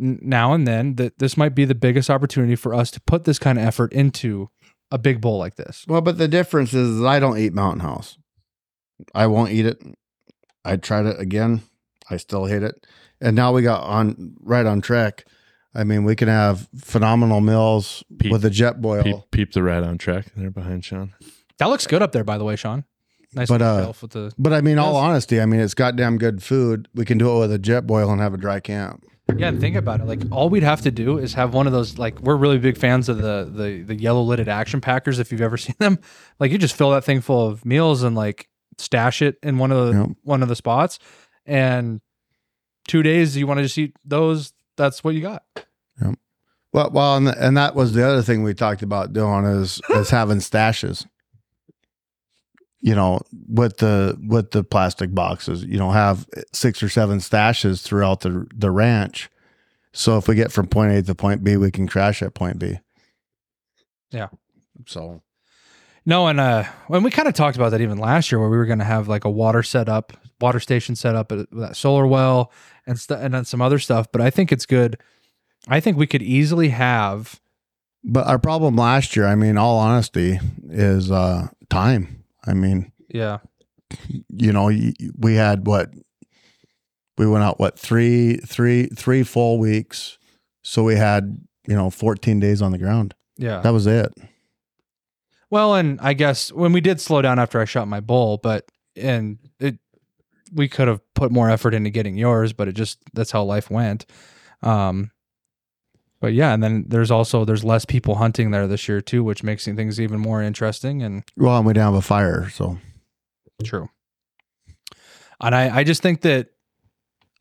n- now and then. That this might be the biggest opportunity for us to put this kind of effort into a big bowl like this.
well, but the difference is, I don't eat Mountain House. I won't eat it. I tried it again. I still hate it. And now we got on right on track. I mean, we can have phenomenal meals
Peep.
with a jet boil.
peep, peep the rat on track there behind Sean.
That looks good up there, by the way, Sean. Nice
But,
little
uh,
shelf with the
But I mean, all
Yes.
honesty, I mean, it's goddamn good food. We can do it with a jet boil and have a dry camp.
yeah. and Think about it. Like all we'd have to do is have one of those. Like we're really big fans of the the the yellow lidded action packers. If you've ever seen them, like you just fill that thing full of meals and like stash it in one of the
Yep.
one of the spots, and two days you want to just eat those. That's what you got.
Well, well, and, and that was the other thing we talked about doing is is having stashes. You know, with the with the plastic boxes, you know, have six or seven stashes throughout the the ranch. So if we get from point A to point B, we can crash at point B.
Yeah.
So
No, and uh, when we kind of talked about that even last year, where we were going to have like a water set up, water station set up, at that solar well, and stuff, and then some other stuff. But I think it's good. I think we could easily have.
but our problem last year, I mean, all honesty, is uh time. I mean,
Yeah,
you know y- y- we had what we went out what three three three full weeks so we had you know 14 days on the ground
yeah.
that was it
Well, and I guess when we did slow down after I shot my bull, but and it, we could have put more effort into getting yours, but it just that's how life went. Um, but yeah, and then there's also there's less people hunting there this year too, which makes things even more interesting and.
well and we didn't have a fire so
True. And I, I just think that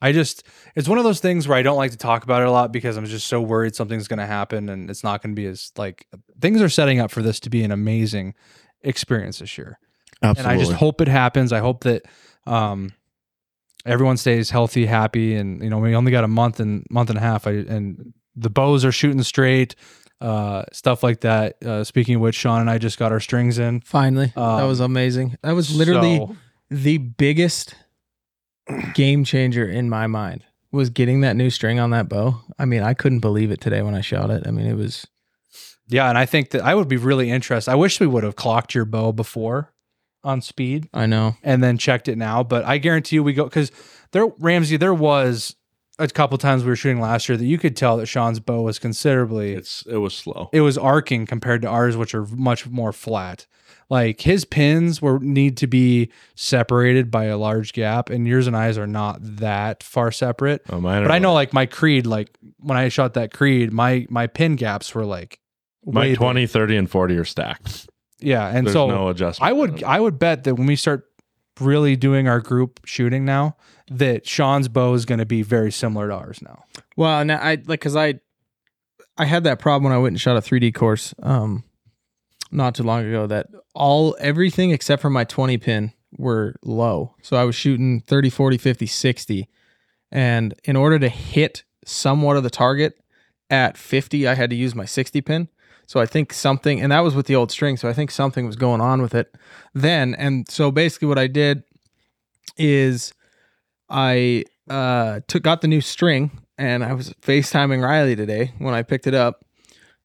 I just it's one of those things where I don't like to talk about it a lot because I'm just so worried something's gonna happen and it's not gonna be as like things are setting up for this to be an amazing experience this year.
absolutely
And I just hope it happens. I hope that um everyone stays healthy, happy, and you know we only got a month and month and a half. I, and the bows are shooting straight, uh, stuff like that. Uh, speaking of which, Sean and I just got our strings in.
Finally, that
Um,
was amazing. That was literally
So,
the biggest game changer in my mind was getting that new string on that bow. I mean, I couldn't believe it today when I shot it. I mean, it was
yeah, and I think that I would be really interested. I wish we would have clocked your bow before on speed.
I know.
and then checked it now. But I guarantee you, we go because there, Ramsey, there was a couple times we were shooting last year that you could tell that Sean's bow was considerably
It's it was slow.
it was arcing compared to ours, which are much more flat. Like his pins were need to be separated by a large gap, and yours and I's are not that far separate.
Oh, mine
But
are
I know,
like,
like my creed, like when I shot that creed, my my pin gaps were like way
my
big.
20, 30, and 40 are stacked.
yeah, and
There's
so
no adjustment.
I would I would bet that when we start really doing our group shooting now, that Sean's bow is going to be very similar to ours now.
Well, and I like because I I had that problem when I went and shot a 3D course um not too long ago that all everything except for my 20 pin were low. So I was shooting 30, 40, 50, 60. And in order to hit somewhat of the target at 50, I had to use my 60 pin. So I think something and that was with the old string, so I think something was going on with it then. And so basically what I did is I uh took got the new string and I was FaceTiming Riley today when I picked it up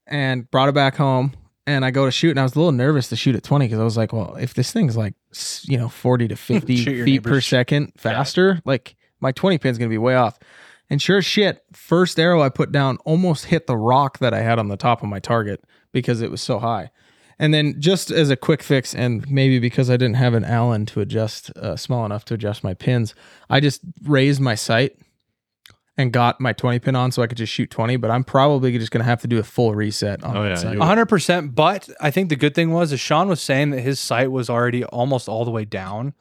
and brought it back home and I go to shoot and I was a little nervous to shoot at 20 cuz I was like, well, if this thing's like s- you know 40 to 50
Shoot your
feet per
neighbor's-
second faster, like my 20 pin's going to be way off. And sure as shit, first arrow I put down almost hit the rock that I had on the top of my target because it was so high. And then just as a quick fix, and maybe because I didn't have an Allen to adjust uh, small enough to adjust my pins, I just raised my sight and got my 20 pin on so I could just shoot 20. But I'm probably just going to have to do a full reset on
Oh,
that
yeah,
sight.
you-
One hundred percent. But I think the good thing was is Sean was saying that his sight was already almost all the way down,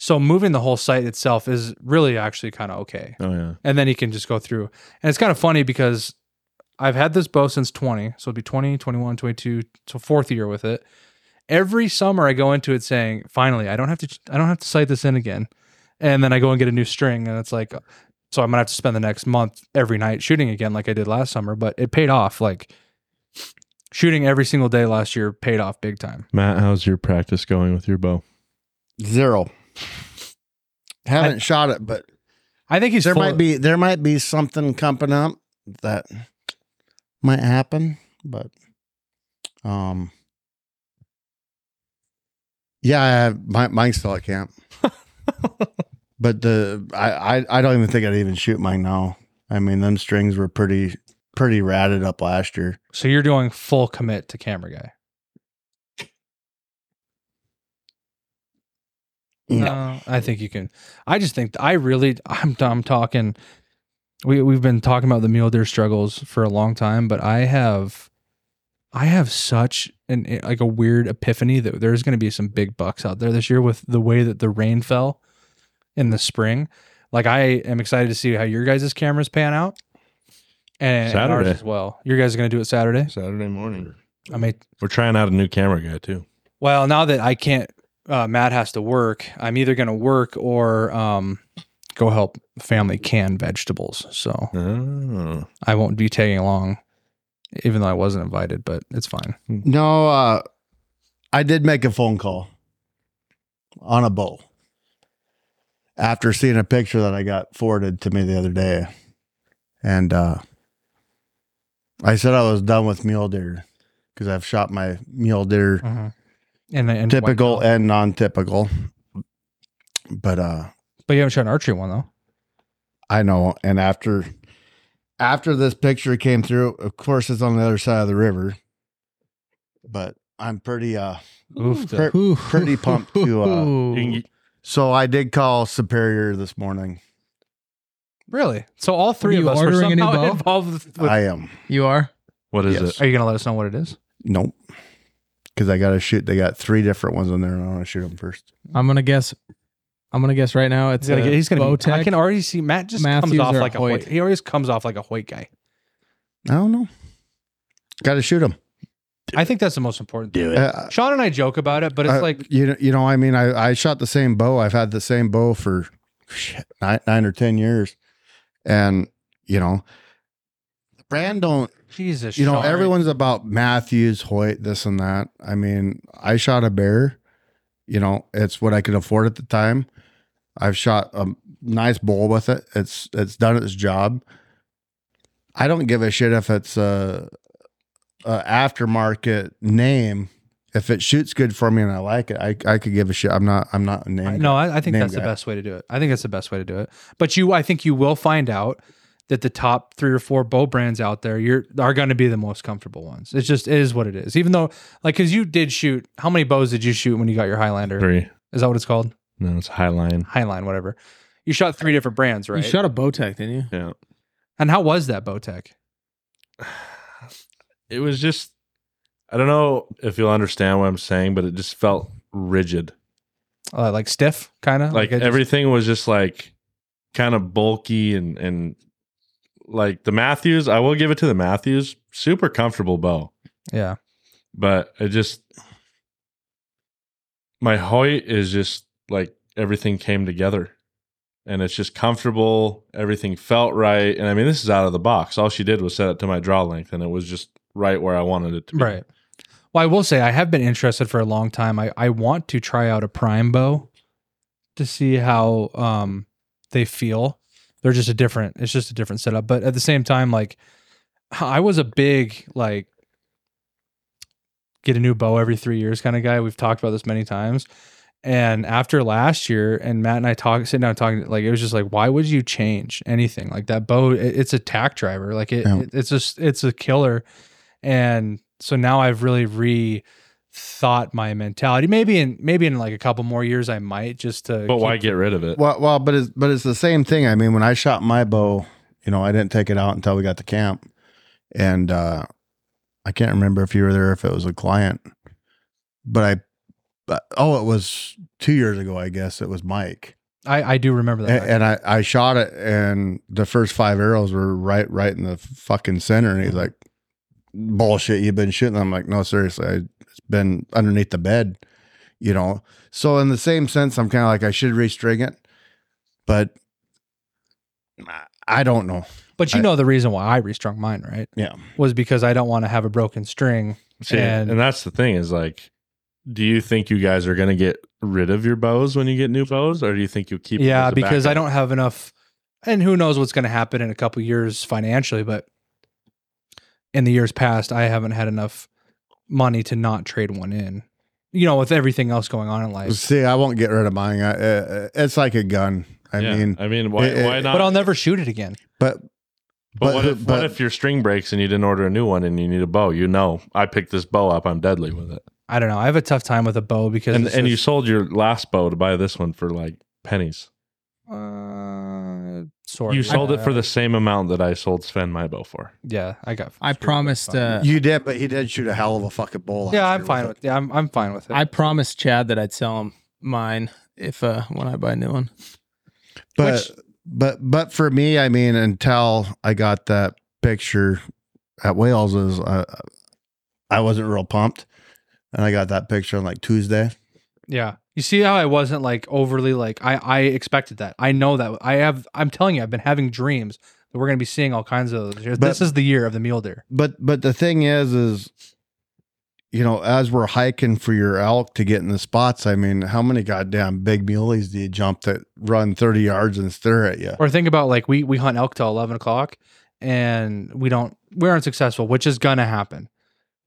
so moving the whole sight itself is really actually kind of okay.
Oh yeah.
and then he can just go through. And it's kind of funny because I've had this bow since 20, so it'd be 20, 21, 22, so fourth year with it. Every summer I go into it saying, "Finally, I don't have to I don't have to sight this in again." And then I go and get a new string and it's like so I'm going to have to spend the next month every night shooting again like I did last summer, but it paid off like shooting every single day last year paid off big time.
Matt, how's your practice going with your bow?
Zero. Haven't shot it, but
I think he's
there
full-
might be there might be something coming up that might happen, but um, yeah, I have, my mine's still at camp, but the I, I I don't even think I'd even shoot mine now. I mean, them strings were pretty pretty ratted up last year.
So you're doing full commit to camera guy.
No.
I think you can. I just think I really I'm I'm talking we we've been talking about the mule deer struggles for a long time, but I have I have such an eh, like a weird epiphany that there's going to be some big bucks out there this year with the way that the rain fell in the spring. Like I am excited to see how your guys' cameras pan out. And and ours
Saturday.
as well. Your guys are going to do it Saturday.
Saturday morning.
I mean,
We're trying out a new camera guy too.
well, now that I can't, uh, Matt has to work. I'm either going to work or um, go help family can vegetables. So
Oh.
I won't be tagging along, even though I wasn't invited. But it's fine.
No, uh, I did make a phone call on a bow after seeing a picture that I got forwarded to me the other day. And uh, I said I was done with mule deer because I've shot my mule deer
Mm-hmm. And, and
typical and non typical. But uh,
but you haven't shot an archery one though.
I know. And after after this picture came through, of course it's on the other side of the river. But I'm pretty uh
Oof,
per- pretty pumped to uh so I did call Superior this morning.
Really? So all three
you
of us were
ordering a new
somehow
bow?
involved with. with
I um, am.
You are?
What is
Yes.
it?
are you going to let us know what it is?
Nope. Cause I gotta shoot they got three different ones on there and I wanna shoot them first.
I'm going to guess. I'm going to guess right now it's
He's gonna get. He's gonna.
Bowtech.
Be, I can already see Matt just
Matthews
comes off
or
like a
Hoyt.
Hoyt. He always comes off like a Hoyt guy.
I don't know. Gotta shoot them.
I think that's the most important thing.
Uh,
Sean and I joke about it, but it's
uh,
like
you know, you know, I mean, I, I shot the same bow. I've had the same bow for shit, nine, nine or 10 years. And, you know, the brand don't,
Jesus,
you know,
Sean.
everyone's about Matthews, Hoyt, this and that. I mean, I shot a bear, you know, it's what I could afford at the time. I've shot a nice bull with it. It's, it's done its job. I don't give a shit if it's a, a aftermarket name. If it shoots good for me and I like it, I, I could give a shit. I'm not, I'm not a name.
I-
guy.
No, I, I think
name
that's
guy.
the best way to do it. I think that's the best way to do it. But you, I think you will find out that the top three or four bow brands out there you're, are going to be the most comfortable ones. It's just it is what it is. Even though, like, because you did shoot, how many bows did you shoot when you got your Highlander?
Three.
Is that what it's called?
No, it's Highline.
Highline, whatever. You shot three different brands, right?
You shot a Bowtech, didn't you?
Yeah.
and how was that Bowtech?
It was just, I don't know if you'll understand what I'm saying, but it just felt rigid.
Uh, like stiff, kind of
like
it just-
everything was just like kind of bulky and and like the Matthews. I will give it to the Matthews, super comfortable bow,
yeah.
but it just my Hoyt is just like everything came together, and it's just comfortable. Everything felt right, and I mean this is out of the box. All she did was set it to my draw length, and it was just right where I wanted it to be.
Right. Well, I will say I have been interested for a long time. I, I want to try out a prime bow to see how um they feel. They're just a different it's just a different setup. But at the same time, like I was a big like get a new bow every three years kind of guy. We've talked about this many times. And after last year, and Matt and I talk sitting down talking, like it was just like, why would you change anything? Like that bow, it- it's a tack driver. Like it,
Yeah.
it- it's just it's a killer. And so now I've really re thought my mentality. Maybe in maybe in like a couple more years I might just to
But why
keep-
get rid of it?
Well, well, but it's but it's the same thing. I mean, when I shot my bow, you know, I didn't take it out until we got to camp, and uh, I can't remember if you were there, if it was a client, but I, but, oh, it was two years ago, I guess. It was Mike,
I, I do remember
and,
that.
and I I shot it, and the first five arrows were right right in the fucking center, and he's like, "Bullshit, you've been shooting." I'm like, "No, seriously, I, it's been underneath the bed." You know, so in the same sense, I'm kind of like I should restring it, but I- I don't know.
but you
I-
know the reason why I restrung mine, right?
Yeah.
Was because I don't want to have a broken string.
See,
And-
and, that's the thing is like, do you think you guys are going to get rid of your bows when you get new bows, or do you think you'll keep? them
yeah,
as a
because I
backup?
don't have enough and who knows what's gonna happen in a couple years financially, but in the years past I haven't had enough money to not trade one in. You know, with everything else going on in life.
See, I won't get rid of mine. I, uh, it's like a gun. I
Yeah,
mean,
I mean, why,
it-
why
it-
not?
But I'll never shoot it again.
but
But what
but-
if
but-
what if your string breaks and you didn't order a new one and you need a bow? You know, I picked this bow up. I'm deadly with it.
I don't know. I have a tough time with a bow because
And
it's
and you
just-
sold your last bow to buy this one for like pennies.
uh, sort
You
of.
sold it
Yeah.
for the same amount that I sold Sven my bow for.
Yeah, I got.
I
screwed
promised,
with that.
uh,
you did, but he did shoot a hell of a fucking bull. last
yeah, I'm
year
fine with. Yeah, I'm, I'm fine with it.
I promised Chad that I'd sell him mine if uh when I buy a new one.
but but but for me i mean until i got that picture at wales is uh, i wasn't real pumped and i got that picture on like tuesday
yeah, you see how I wasn't like overly like I I expected that. I know that I have. I'm telling you, I've been having dreams that we're gonna be seeing all kinds of those. years.
But-
this is the year of the mule deer.
but but the thing is is you know as we're hiking for your elk to get in the spots i mean how many goddamn big muleys do you jump that run 30 yards and stare at you
Or think about like we we hunt elk till eleven o'clock, and we don't we aren't successful, which is gonna happen.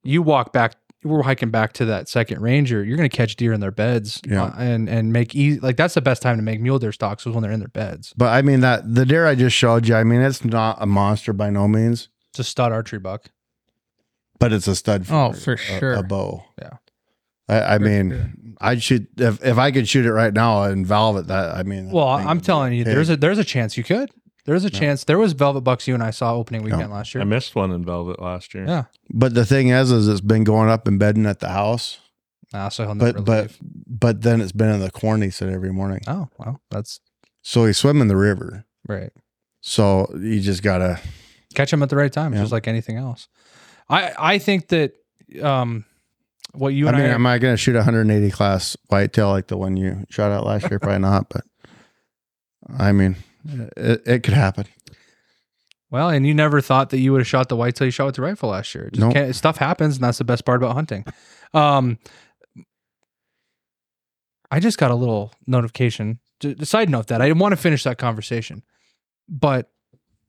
You walk back. We're hiking back to that second ranger. You're gonna catch deer in their beds,
Yeah.
uh, and and make easy like that's the best time to make mule deer stalks is when they're in their beds.
but i mean that the deer i just showed you i mean it's not a monster by no means
It's a stud archery buck.
but it's a stud.
Oh, for
a-
sure.
a bow.
Yeah.
I, I
For
mean,
sure.
I'd shoot if, if I could shoot it right now and valve it. That I mean, that
Well,
thing
I'm
would be
telling you,
big.
there's a there's a chance you could. There's a
No.
chance. There was Velvet Bucks you and I saw opening weekend last
I
year.
missed one in velvet last year.
Yeah.
But the thing is, is it's been going up and bedding at the house,
Nah, so he'll never
but but
leave.
but then it's been in the corn. He said every morning,
Oh well, that's
so he's swimming the river.
right.
So you just gotta.
Catch him at the right time,
Yeah.
just like anything else. I I think that um, what you
I
and I,
mean,
are-
am I gonna shoot a 180 class whitetail like the one you shot out last year? Probably not. But I mean, it, it could happen.
Well, and you never thought that you would have shot the white till you shot with the rifle last year. Just
Nope.
can't, stuff happens, and that's the best part about hunting. Um, I just got a little notification. J- Side note that I didn't want to finish that conversation, but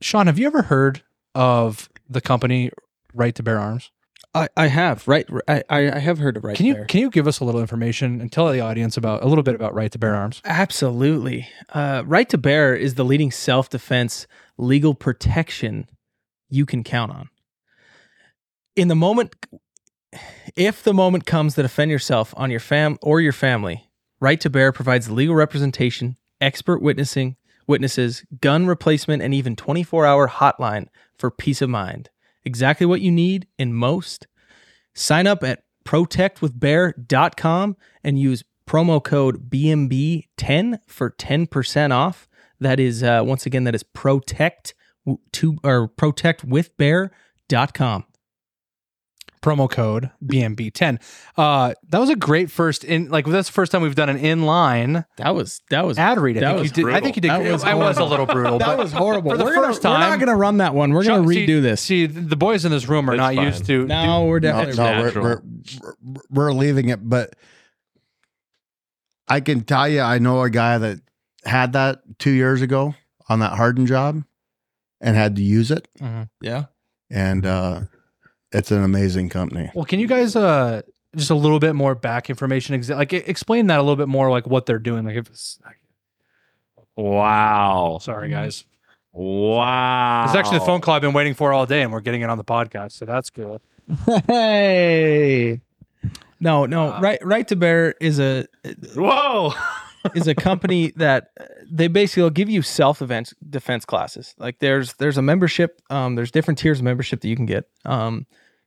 Sean, have you ever heard of the company Right to Bear Arms?
I, I have right. I, I I have heard of right
can you
there.
can you give us a little information and tell the audience about a little bit about Right to Bear Arms?
Absolutely. Uh, right to bear is the leading self defense legal protection you can count on. In the moment, if the moment comes to defend yourself on your fam or your family, right to bear provides legal representation, expert witnessing, witnesses, gun replacement, and even 24 hour hotline for peace of mind. Exactly what you need and most. Sign up at protectwithbear.com and use promo code BMB10 for 10% off. That is uh, once again that is protect w- to or protectwithbear.com.
promo code BMB10. Uh, that was a great first in like that's the first time we've done an inline
That was that was
ad read. I
That
think
was
you did. I think you did.
brutal.
I
That
was,
was
a little brutal.
That
but
was horrible.
For the
we're
first
gonna,
time,
we're not going to run that one. We're going to
Sean, see-
redo this.
See, the boys in this room are
It's
not
fine.
used to.
no, we're
No,
definitely
no, we're,
natural.
we're we're leaving it, but I can tell you, I know a guy that had that two years ago on that hardened job and had to use it,
yeah.
and uh, it's an amazing company.
Well, can you guys uh just a little bit more back information? Exa- like e- explain that a little bit more, like what they're doing. Like if it's
Wow.
sorry guys,
Wow.
it's actually the phone call I've been waiting for all day, and we're getting it on the podcast, so that's good.
Hey. No, no, right right to bear is a
Whoa.
is a company that uh, they basically will give you self defense defense classes. Like there's there's a membership. Um, there's different tiers of membership that you can get. Um,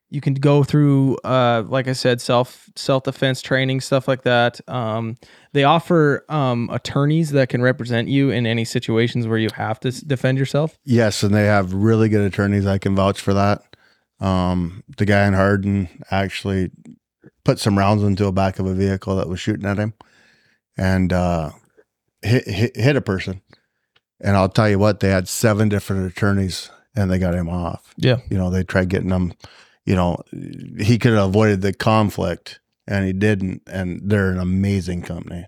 you can go through, uh, like I said, self self defense training stuff like that. Um, they offer um, attorneys that can represent you in any situations where you have to s- defend yourself.
Yes, and they have really good attorneys. I can vouch for that. Um, the guy in Harden actually put some rounds into the back of a vehicle that was shooting at him and uh, hit, hit hit a person. And I'll tell you what, they had seven different attorneys and they got him off.
Yeah.
You know, they tried getting him, you know, he could have avoided the conflict and he didn't. And they're an amazing company.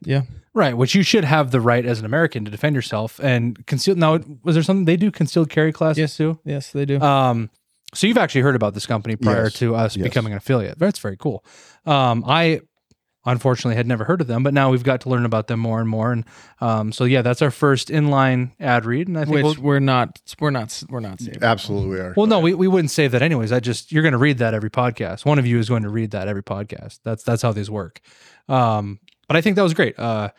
Right, which you should have the right as an American to defend yourself and conceal. Now, was there something they do concealed carry classes
Yes.
too?
Yes, they do.
Um, so you've actually heard about this company prior
Yes.
to us
Yes.
becoming an affiliate. That's very cool. Um, I unfortunately had never heard of them, but now we've got to learn about them more and more. And um, so yeah, that's our first inline ad read, and I think
Which
we'll.
we're not, we're not, we're not saving.
Absolutely, we are.
Well, no, we, we wouldn't save that anyways. I just you're going to read that every podcast. One of you is going to read that every podcast. That's that's how these work. Um, but I think that was great. Uh,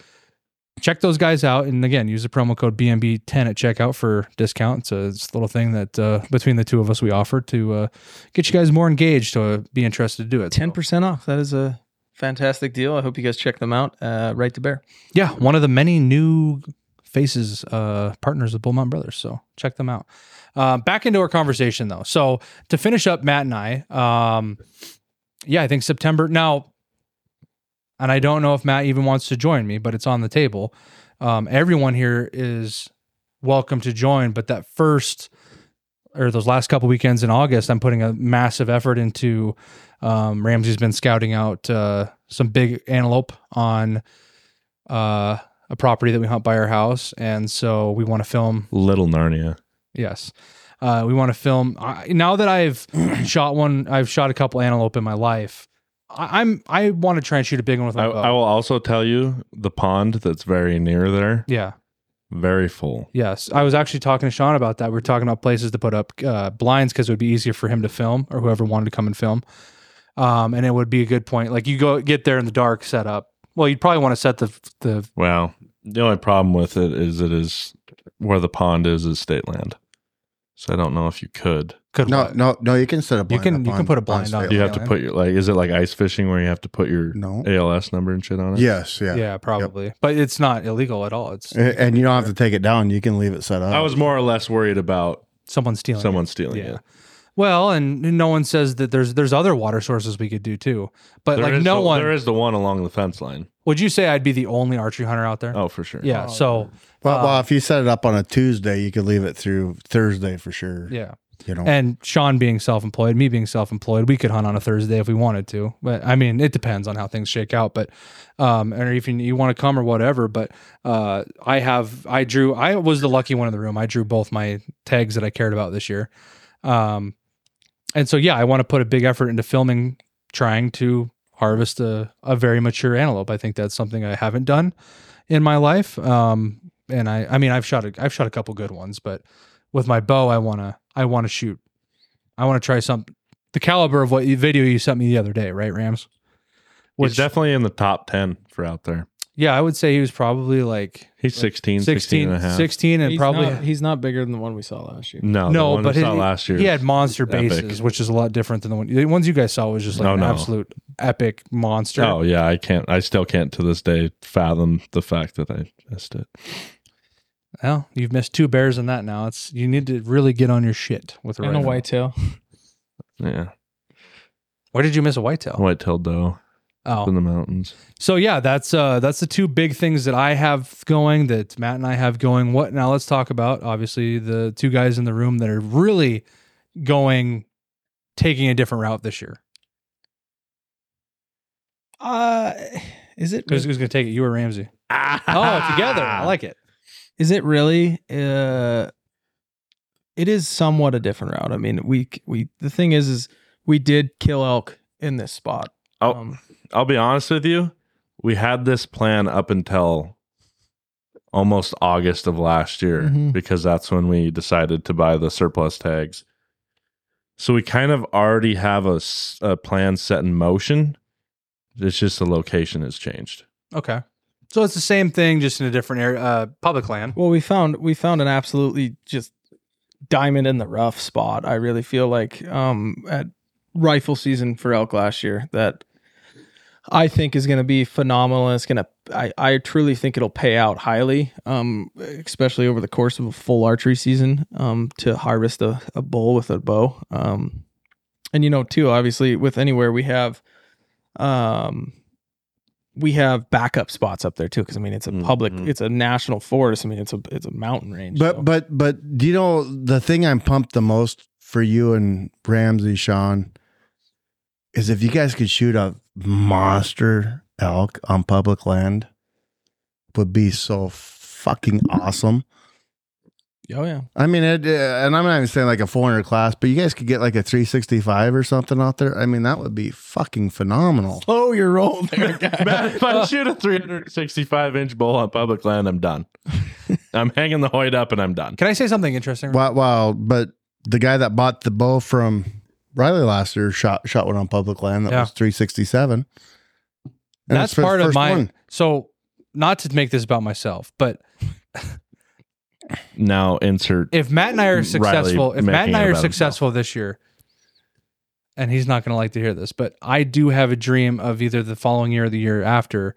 check those guys out, and again, use the promo code BMB10 at checkout for discount. It's a, it's a little thing that uh, between the two of us we offer to uh, get you guys more engaged to uh, be interested to do it. So-
Ten percent off. That is a fantastic deal. I hope you guys check them out. Uh, right to bear.
yeah, one of the many new faces, uh, partners of Bull Mountain Brothers. So check them out. Uh, back into our conversation though. So to finish up, Matt and I, um, yeah, I think September now, and I don't know if Matt even wants to join me, but it's on the table. Um, everyone here is welcome to join, but that first or those last couple weekends in August, I'm putting a massive effort into. Um, Ramsey's been scouting out uh, some big antelope on uh, a property that we hunt by our house, and so we want to film
Little Narnia.
Yes. Uh, we want to film. I, now that I've shot one, I've shot a couple antelope in my life. I, I'm I want to try and shoot a big one with
I,
my bow.
I will also tell you the pond that's very near there,
yeah.
very full.
Yes. I was actually talking to Sean about that. We were talking about places to put up uh, blinds because it would be easier for him to film or whoever wanted to come and film. Um, and it would be a good point. Like you go get there in the dark, set up. Well, you'd probably want to set the the
Well, the only problem with it is it is where the pond is is state land. So I don't know if you could.
good
no, no, no, you can set a blind
can-
up
you can put a blind on
sale.
it.
You have to
land.
put your like is it like ice fishing where you have to put your
No.
ALS number and shit on it?
Yes,
yeah, probably. But it's not illegal at all. It's
A- And you don't have to take it down. You can leave it set up.
I was more or less worried about
someone stealing. it.
someone stealing
Yeah.
it.
Well, and no one says that there's there's other water sources we could do too. But
There
like
is
no
the-
one
there is the one along the fence line.
Would you say I'd be the only archery hunter out there?
Oh, for sure.
yeah.
Oh,
so
Well,
Uh,
well, if you set it up on a Tuesday, you could leave it through Thursday for sure.
yeah,
You know,
and Sean being self-employed, me being self-employed, we could hunt on a Thursday if we wanted to. But I mean, it depends on how things shake out. But um, or if you, you want to come or whatever. But uh, I have I drew I was the lucky one in the room. I drew both my tags that I cared about this year. Um, and so yeah, I want to put a big effort into filming, trying to harvest a, a very mature antelope. I think that's something I haven't done in my life. Um, and I I mean I've shot a, I've shot a couple good ones, but with my bow, I wanna I wanna shoot. I wanna try some the caliber of what you- video you sent me the other day, right, Rams?
He's definitely in the top 10 for out there.
Yeah, I would say he was probably like
He's 16, 16,
16,
and a half.
16 and
he's
probably
not, he's not bigger than the one we saw last year.
No,
No,
the one
but
we saw
he-
last year.
he had monster
epic.
bases, which is a lot different than the one the ones you guys saw was just like
No,
an
no.
absolute epic monster.
Oh yeah, I can't. I still can't to this day fathom the fact that I missed it.
Well, you've missed two bears in that now. It's you need to really get on your shit with the
And a
rifle.
whitetail.
Yeah,
Why did you miss a whitetail?
white-tailed doe
Oh,
up in the mountains.
So yeah, that's uh that's the two big things that I have going that Matt and I have going. What now let's talk about obviously the two guys in the room that are really going taking a different route this year.
Uh, is it
Who's, who's gonna take it? You or Ramsey?
Oh,
Oh,
Ah.
together. I like it.
is it really uh it is somewhat a different route i mean we we the thing is is we did kill elk in this spot
Oh.
um,
I'll be honest with you. We had this plan up until almost August of last year
Mm-hmm.
Mhm.
because that's when we decided to buy the surplus tags. So we kind of already have a, s- a plan set in motion. It's just the location has changed.
Okay. So it's the same thing, just in a different area uh public land.
well we found we found an absolutely just diamond in the rough spot i really feel like um at rifle season for elk last year that i think is going to be phenomenal and it's going to I, I truly think it'll pay out highly um especially over the course of a full archery season um to harvest a, a bull with a bow um and you know too obviously with anywhere we have um we have backup spots up there too because i mean it's a public
Mhm.
it's a national forest i mean it's a it's a mountain range
but
so-
but but do you know the thing I'm pumped the most for you and Ramsey, Sean, is if you guys could shoot a monster elk on public land, would be so fucking awesome.
oh yeah
I mean, it, uh, and I'm not even saying like a 400 class, but you guys could get like a 365 or something out there. I mean, that would be fucking phenomenal.
oh you're rolling there
Matt, if I shoot a 365 inch bull on public land, I'm done. I'm hanging the hoid up and I'm done.
Can I say something interesting?
Wow, wow! But the guy that bought the bow from Riley last year shot shot one on public land that
Yeah.
was 367. And
That's
it's for the
part of
first
my
one.
so not to make this about myself, but
Now insert.
if Matt and I are
Riley
successful, if Matt
making
and I
it
are
about
successful this year, and he's not going to like to hear this, but I do have a dream of either the following year or the year after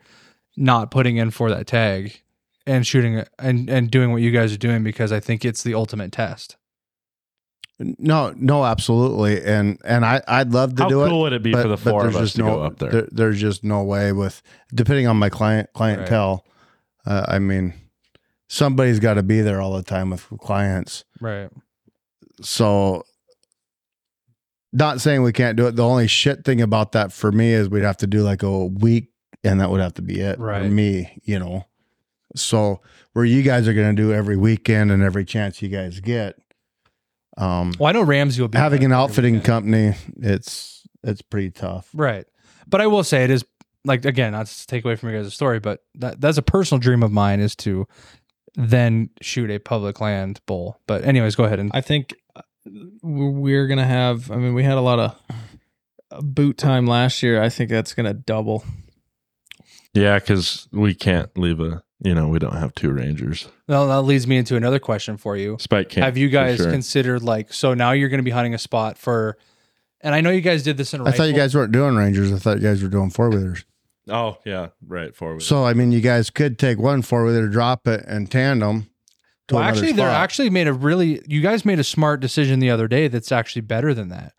not putting in for that tag and shooting it- and and doing what you guys are doing because I think it's the ultimate test.
No, no, absolutely, and and I I'd love to
How
do
cool
it.
would it be for the four of us to
no,
go up there?
There's just no way with depending on my client clientele. Uh, I mean, somebody's got to be there all the time with clients.
Right.
So, not saying we can't do it. The only shit thing about that for me is we'd have to do like a week, and that would have to be it for
Right.
me. You know, so where you guys are going to do every weekend and every chance you guys get. Um,
Well, I know Ramsey will be
having an outfitting
company.
company, it's it's pretty tough.
Right. But I will say it is like again, not to take away from you guys' story, but that that's a personal dream of mine is to then shoot a public land bull. But anyways, go ahead and
I think uh, we're gonna have. I mean, we had a lot of uh, boot time last year. I think that's gonna double.
Yeah, because we can't leave a. You know, we don't have two rangers.
well, that leads me into another question for you.
Spike can't.
Have you guys
for sure.
considered like so now you're going to be hunting a spot for and I know you guys did this in a
I thought you
rifle-
guys weren't doing Rangers. I thought you guys were doing four wheelers.
oh yeah, right forward.
So I mean, you guys could take one four wheeler, drop it, and tandem. to
Well,
another
actually they're
spot.
actually made a really you guys made a smart decision the other day that's actually better than that.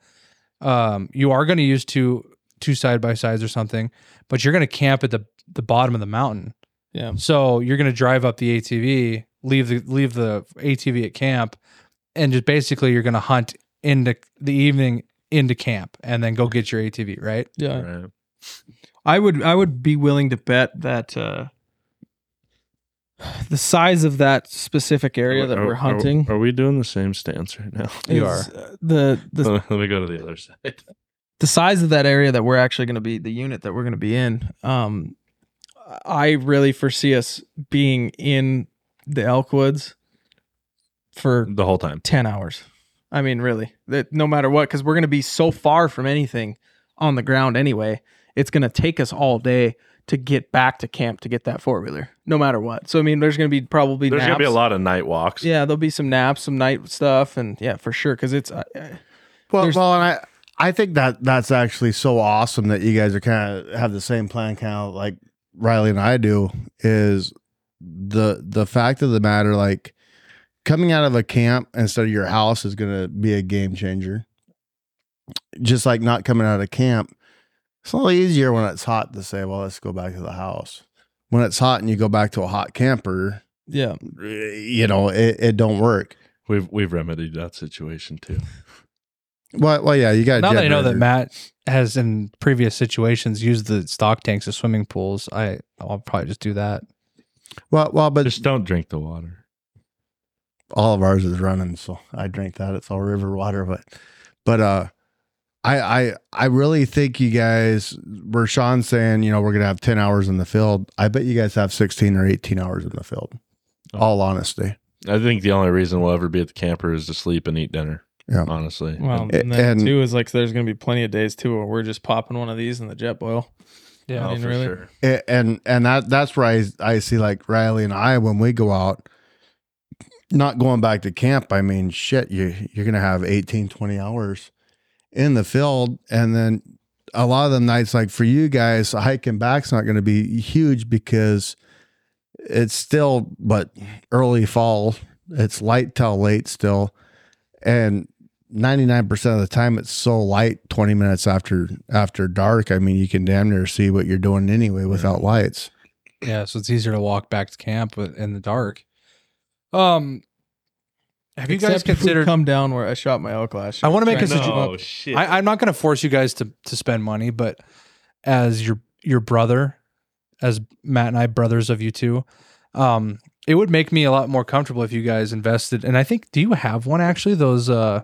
Um you are going to use two two side by sides or something, but you're going to camp at the the bottom of the mountain.
Yeah.
So you're going to drive up the ATV, leave the leave the ATV at camp, and just basically you're going to hunt into the evening into camp and then go get your ATV, right?
Yeah.
Right.
I would I would be willing to bet that uh the size of that specific area that
Are-
we're
are-
hunting
Are, we doing the same stance right now?
You
is, uh, the the
Let me go to the other side.
the size of that area that we're actually going to be the unit that we're going to be in um I really foresee us being in the elk woods for
The whole time.
10 hours. I mean, really, that no matter what, because we're going to be so far from anything on the ground anyway. It's going to take us all day to get back to camp to get that four wheeler, no matter what. So, I mean, there's going to be probably
There's gonna be a
naps.
lot of night walks.
Yeah, there'll be some naps, some night stuff, and yeah, for sure. Because it's uh, uh,
Well,
There's-
well, and I I think that that's actually so awesome that you guys are kind of have the same plan, kind of like Riley and I do. Is the the fact of the matter like coming out of a camp instead of your house is going to be a game changer. Just like not coming out of camp, it's a little easier when it's hot to say, "Well, let's go back to the house." When it's hot and you go back to a hot camper, eh,
yeah,
you know it, it don't work.
We've we've remedied that situation too.
Well, well, yeah, you got.
now that I know that Matt has in previous situations used the stock tanks as swimming pools, I I'll probably just do that.
Well, well, but
Just don't drink the water.
all of ours is running, so I drink that. It's all river water, but but uh I I I really think you guys where Sean's saying, you know, we're gonna have ten hours in the field. I bet you guys have sixteen or eighteen hours in the field. All honesty.
I think the only reason we'll ever be at the camper is to sleep and eat dinner.
Yeah.
Honestly.
well,
and then, And-
two is like there's going to be plenty of days too where we're just popping one of these in the jet boil.
Yeah.
Oh,
I mean, really.
Oh, sure.
A- And and that that's where I I see like Riley and I when we go out not going back to camp, I mean shit, you you're gonna have 18, 20 hours in the field and then a lot of the nights like for you guys the hiking back's not going to be huge because it's still but early fall it's light till late still and 99% of the time it's so light 20 minutes after after dark i mean you can damn near see what you're doing anyway without lights
Yeah, so it's easier to walk back to camp with- in the dark. Um, have you guys
Except if we
considered?
come down where I shot my elk last
I
year?
wanna make a
Trying to
sugge-
come up-
Oh shit.
I, I'm not going to force you guys to to spend money, but as your your brother, as Matt and I, brothers of you two, um, it would make me a lot more comfortable if you guys invested. And I think, do you have one actually? Those uh,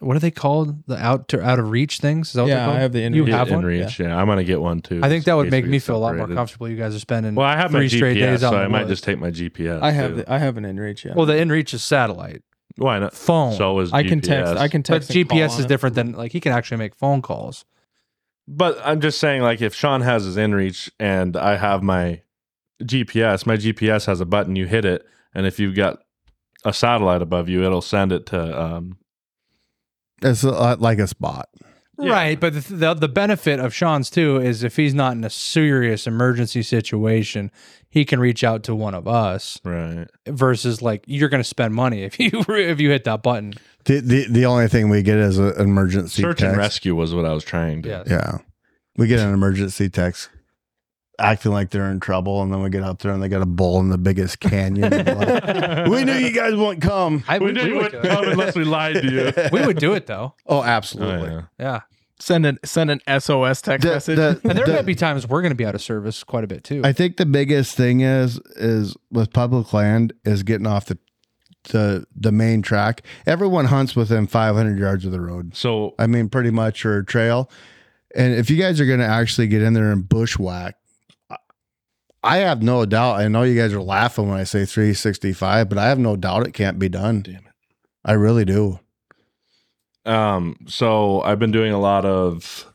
what are they called? The out to out of reach things? Is that what they're
Yeah, I
called?
have the
You
interview.
have
in
one?
reach. Yeah. I'm gonna get one too.
I think that would
in
make
case
me
we
feel a lot more
separated.
comfortable. You guys are spending
Well, I have my
three straight
GPS,
days out
so
in
I
the
might
woods.
just take my GPS.
I have
too.
the I have an inReach. Yeah.
Well, the in reach is satellite
Why not?
phone.
So was
I can text.
GPS.
I can
but
text. and call
GPS
on
is
it.
different than like he can actually make phone calls.
But I'm just saying, like, if Sean has his inReach and I have my GPS, my GPS has a button. You hit it, and if you've got a satellite above you, it'll send it to. Um,
it's a lot like a spot
Yeah.
Right, but the, the the benefit of Sean's too is if he's not in a serious emergency situation, he can reach out to one of us.
right.
Versus like you're going to spend money if you if you hit that button.
the the, the only thing we get is a- an emergency
Search and
text.
rescue was what I was trying to.
Yeah. We get an emergency text acting like they're in trouble. And then we get up there and they got a bull in the biggest canyon. and we're like, we knew you guys wouldn't come.
I,
We
we,
knew
we
you
would,
wouldn't come unless we lied to you.
we would do it though.
Oh,
Oh,
absolutely.
yeah.
Yeah,
Send an send an SOS text
The-
message.
the-
and there
the-
might be times we're going to be out of service quite a bit too.
I think the biggest thing is is with public land is getting off the the the main track. Everyone hunts within 500 yards of the road.
So
I mean, pretty much or a trail. And if you guys are going to actually get in there and bushwhack, I- I have no doubt. I know you guys are laughing when I say 365, but I have no doubt it can't be done.
Damn
it. I really do.
Um, so I've been doing a lot of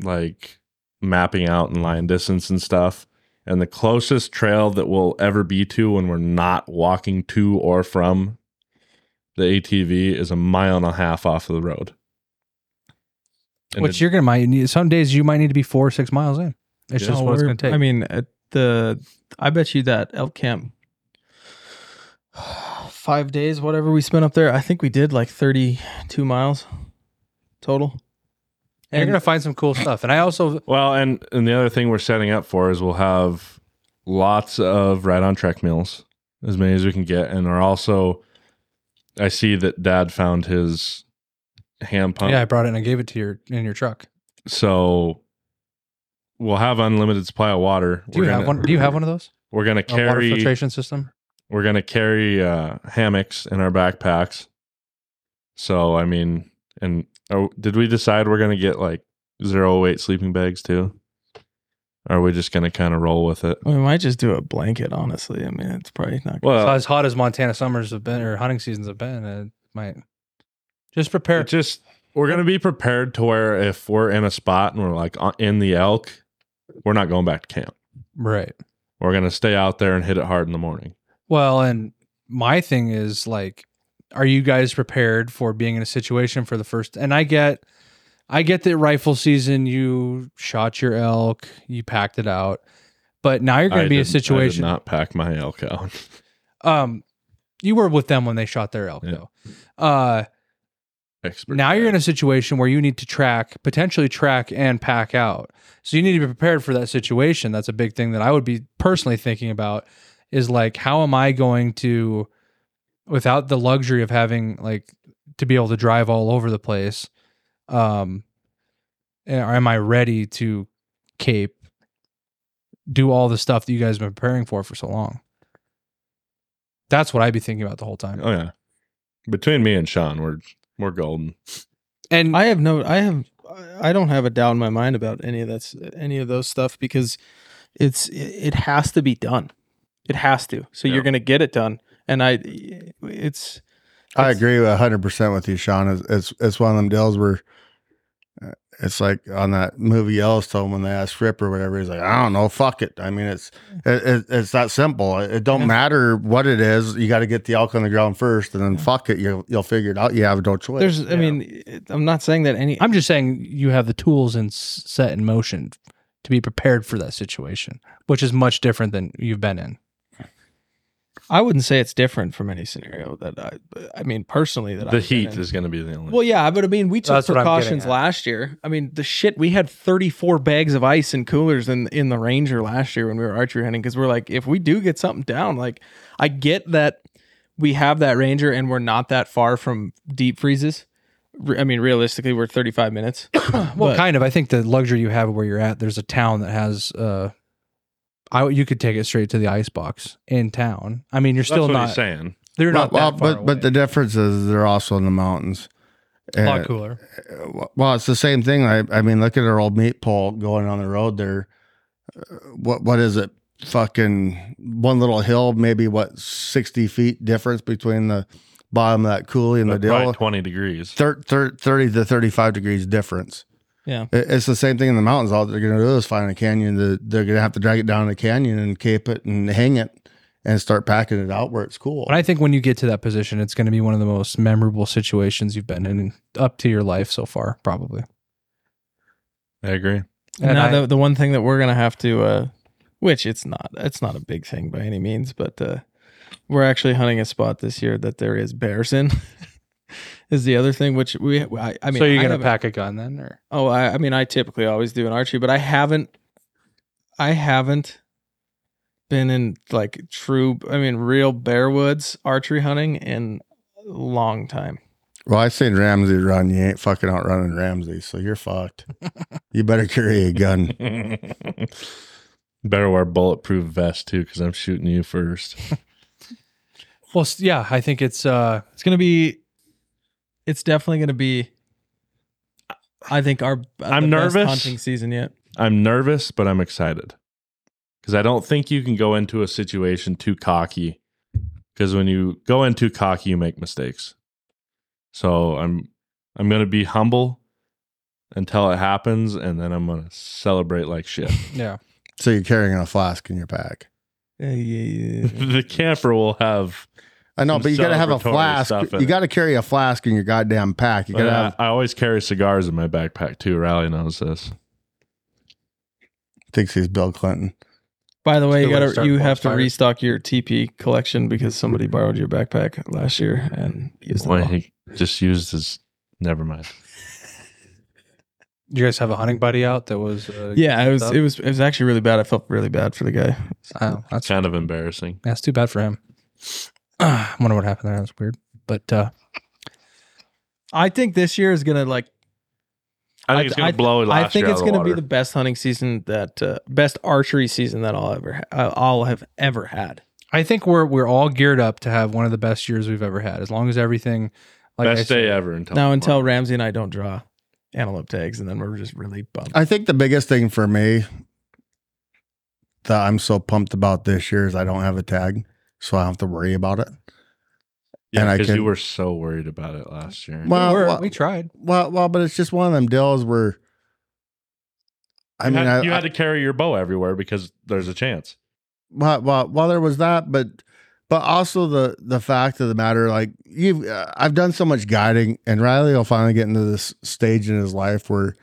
like mapping out and line distance and stuff. And the closest trail that we'll ever be to when we're not walking to or from the ATV is a mile and a half off of the road. And
Which
it-
you're going to might need. Some days you might need to be four or six miles in. It's
Yeah.
just
No,
what it's
we're-
going to take.
I mean, uh, the I bet you that elk camp five days, whatever we spent up there. I think we did like thirty two miles total.
You're gonna find some cool stuff. And I also
Well, and and the other thing we're setting up for is we'll have lots of right on track meals, as many as we can get, and are also. I see that Dad found his ham pump,
yeah, I brought it and I gave it to your in your truck.
so we'll have unlimited supply of water.
Do you
We're
have
gonna-
one? Do you have one of those?
We're gonna
A water
carry
filtration system.
we're gonna carry uh, hammocks in our backpacks. So I mean, and oh, did we decide we're gonna get like zero weight sleeping bags too? Or are we just gonna kind of roll with it?
We might just do a blanket, honestly. I mean, it's probably not.
Well,
so as hot as Montana summers have been or hunting seasons have been, it might just prepare.
it just we're gonna be prepared to where if we're in a spot and we're like on- in the elk, we're not going back to camp.
right.
We're gonna stay out there and hit it hard in the morning.
Well, and my thing is like, are you guys prepared for being in a situation for the first? And I get, I get that rifle season. You shot your elk, you packed it out, but now you're going
I
to be in a
didn't- I did
situation.
not pack my elk out.
Um, you were with them when they shot their elk,
Yeah.
though. Uh,
Expert
now you're in a
guys.
situation where you need to track, potentially track and pack out. So you need to be prepared for that situation. That's a big thing that I would be personally thinking about is like, how am I going to, without the luxury of having like to be able to drive all over the place, um, eh, or am I ready to cape, do all the stuff that you guys have been preparing for for so long? That's what I'd be thinking about the whole time.
Oh yeah. Between me and Sean, we're we're golden.
And
I have no, I have, I don't have a doubt in my mind about any of that's any of those stuff because it's it has to be done. It has to. So
Yeah.
you're gonna get it done, and I, it's
I
It's-
agree with hundred percent with you, Sean. It's, it's it's one of them deals where uh, it's like on that movie Yellowstone when they asked Rip or whatever, he's like, I don't know, fuck it. I mean, it's
Mm.
it, it, it's that simple. It, it don't
Yeah.
matter what it is. You got to get the elk on the ground first, and then fuck it. You you'll figure it out. You have no choice.
there's. I
you know?
mean, it- I'm not saying that any.
I'm just saying you have the tools and s- set in motion to be prepared for that situation, which is much different than you've been in.
I wouldn't say it's different from any scenario that I. I mean, personally, that
The
I've been
heat
in.
is gonna be the only
Well, yeah, but I mean, we took
That's what I'm getting
precautions
at.
last year. I mean, the shit we had 34 bags of ice and coolers in in the Ranger last year when we were archery hunting because we're like, if we do get something down, like I get that we have that Ranger and we're not that far from deep freezes. Re- I mean, realistically, we're 35 minutes.
well, kind of. I think the luxury you have where you're at, there's a town that has, uh, I, you could take it straight to the ice box in town. I mean, you're
That's
still
what
not,
he's saying.
they're not
Well,
that
well,
far
but but the
away.
difference is they're also in the mountains.
a lot
And-
cooler.
well, it's the same thing. I, I mean, look at our old meat pole going on the road there. Uh, What what is it? Fucking one little hill, maybe what sixty feet difference between the bottom of that coulee and
But
the deal.
probably twenty degrees.
Thir- thir- Thirty to thirty-five degrees difference.
Yeah.
It- it's the same thing in the mountains. All they're going to do is find a canyon. that they're going to have to drag it down the canyon and cape it and hang it and start packing it out where it's cool.
But I think when you get to that position, it's going to be one of the most memorable situations you've been in up to your life so far, probably.
I agree.
And
now
I-
the, the one thing that we're gonna have to uh which it's not it's not a big thing by any means but uh we're actually hunting a spot this year that there is bears in is the other thing which we i, I mean
so you're
I
going to
haven't-
pack a gun then, or
oh I, I mean i typically always do an archery but i haven't i haven't been in like true i mean real bear woods archery hunting in a long time
Well, I seen Ramsey run. You ain't fucking outrunning Ramsey, so you're fucked. you better carry a gun.
Better wear bulletproof vest too, because I'm shooting you first.
well, s- yeah, I think it's uh,
it's gonna be it's definitely gonna be i think our uh,
I'm
the best
nervous.
hunting season yet
I'm nervous, but I'm excited because I don't think you can go into a situation too cocky. Because when you go in too cocky, you make mistakes. So I'm I'm gonna be humble until it happens, and then I'm gonna celebrate like shit.
yeah.
So you're carrying a flask in your pack.
Yeah, yeah, yeah.
the camper will have
I know,
Some
but you gotta have a
celebratory
flask.
stuff in
You
it.
gotta carry a flask in your goddamn pack. You
But
gotta
I-
have
I always carry cigars in my backpack too. Rally knows this.
thinks he's Bill Clinton.
By the way,
Good
you
way
got
to
to
start
you have to
bonfires.
restock your TP collection because somebody borrowed your backpack last year and used it.
Boy,
all.
he just used his. Never mind.
You guys have a hunting buddy out that was. Uh,
Yeah, it was
Stuff.
it was it was actually really bad. I felt really bad for the guy.
oh, that's
kind of embarrassing.
that's too bad for him. I wonder what happened there. That's weird. But uh,
I think this year is gonna like
I think
I-
it's gonna
I-
blow last
I think
year
it's
out of
gonna
the
be
water.
the best hunting season that uh, best archery season that I'll ever ha- uh, I'll have ever had.
I think we're we're all geared up to have one of the best years we've ever had. As long as everything, like I
best
said-
day ever until
now until Ramsey and I don't draw antelope tags, and then we're just really bummed.
I think the biggest thing for me that I'm so pumped about this year is I don't have a tag, so I don't have to worry about it. and
yeah,
I
because you
can-
were so worried about it last year.
Well,
We're-
well,
we tried.
well, well, but it's just one of them deals where I
You
mean,
had-
I,
you had to carry your bow everywhere because there's a chance.
well, well, well, there was that, but but also the the fact of the matter, like you've uh, I've done so much guiding, and Riley will finally get into this stage in his life where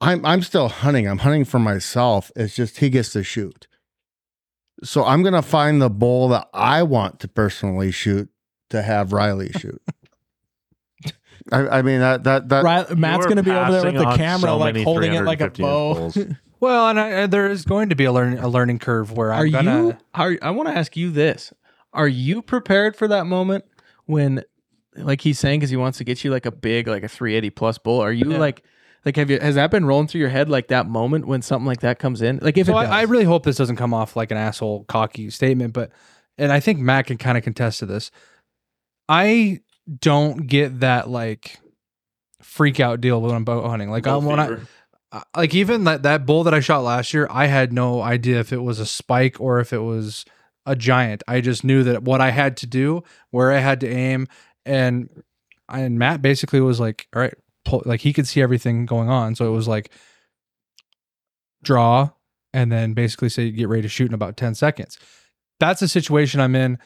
I'm I'm still hunting. I'm hunting for myself. It's just he gets to shoot, so I'm gonna find the bull that I want to personally shoot to have Riley shoot. I, I mean that that that
Ri- Matt's
Uh, You were
gonna be over there with
passing
the
on
camera,
so
like
many
holding it like a
350
bow.
bulls.
Well, and I, I- there is going to be a learn a learning curve where I'm
Are
gonna.
you? Are, I want to ask you this: Are you prepared for that moment when, like he's saying, because he wants to get you like a big, like a 380 plus bull? Are you
Yeah.
like, like have you? Has that been rolling through your head like that moment when something like that comes in? Like if
so
it
I,
does,
I really hope this doesn't come off like an asshole cocky statement, but and I think Matt can kind of contest to this. I don't get that like freak out deal when I'm bow hunting. Like I'm, when I I- like even that that bull that I shot last year, I had no idea if it was a spike or if it was a giant. I just knew that what I had to do, where I had to aim, and and Matt basically was like, all right, pull, like he could see everything going on, so it was like draw and then basically say get ready to shoot in about 10 seconds. That's the situation I'm in.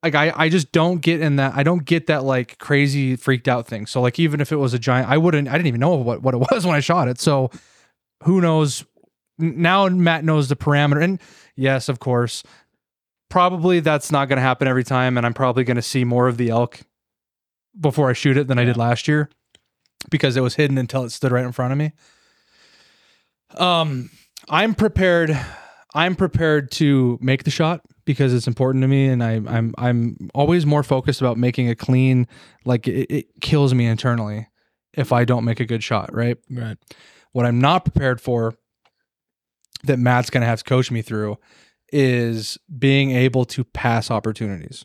Like I, I just don't get in that I don't get that like crazy freaked out thing. So like even if it was a giant, I wouldn't I didn't even know what, what it was when I shot it. So who knows? N- Now Matt knows the parameter. And yes, of course. Probably that's not gonna happen every time, and I'm probably gonna see more of the elk before I shoot it than I did last year because it was hidden until it stood right in front of me. Um, I'm prepared. I'm prepared to make the shot because it's important to me, and I, I'm I'm always more focused about making a clean. Like it, it kills me internally if I don't make a good shot. Right.
Right.
What I'm not prepared for that Matt's gonna have to coach me through is being able to pass opportunities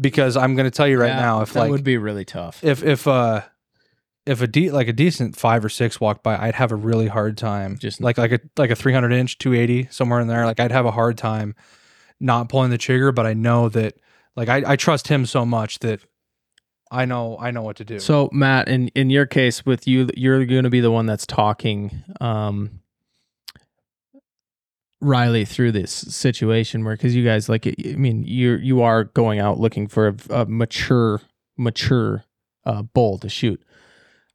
because I'm gonna tell you right
Yeah,
now if
that
like
would be really tough.
if if uh if a de- like a decent five or six walked by, I'd have a really hard time.
Just-
like like a like a three hundred inch, two eighty somewhere in there. Like I'd have a hard time not pulling the trigger, but I know that like I, I trust him so much that I know I know what to do.
So Matt, in in your case, with you, you're going to be the one that's talking um, Riley through this situation where because you guys like, I mean, you you are going out looking for a, a mature mature uh, bull to shoot.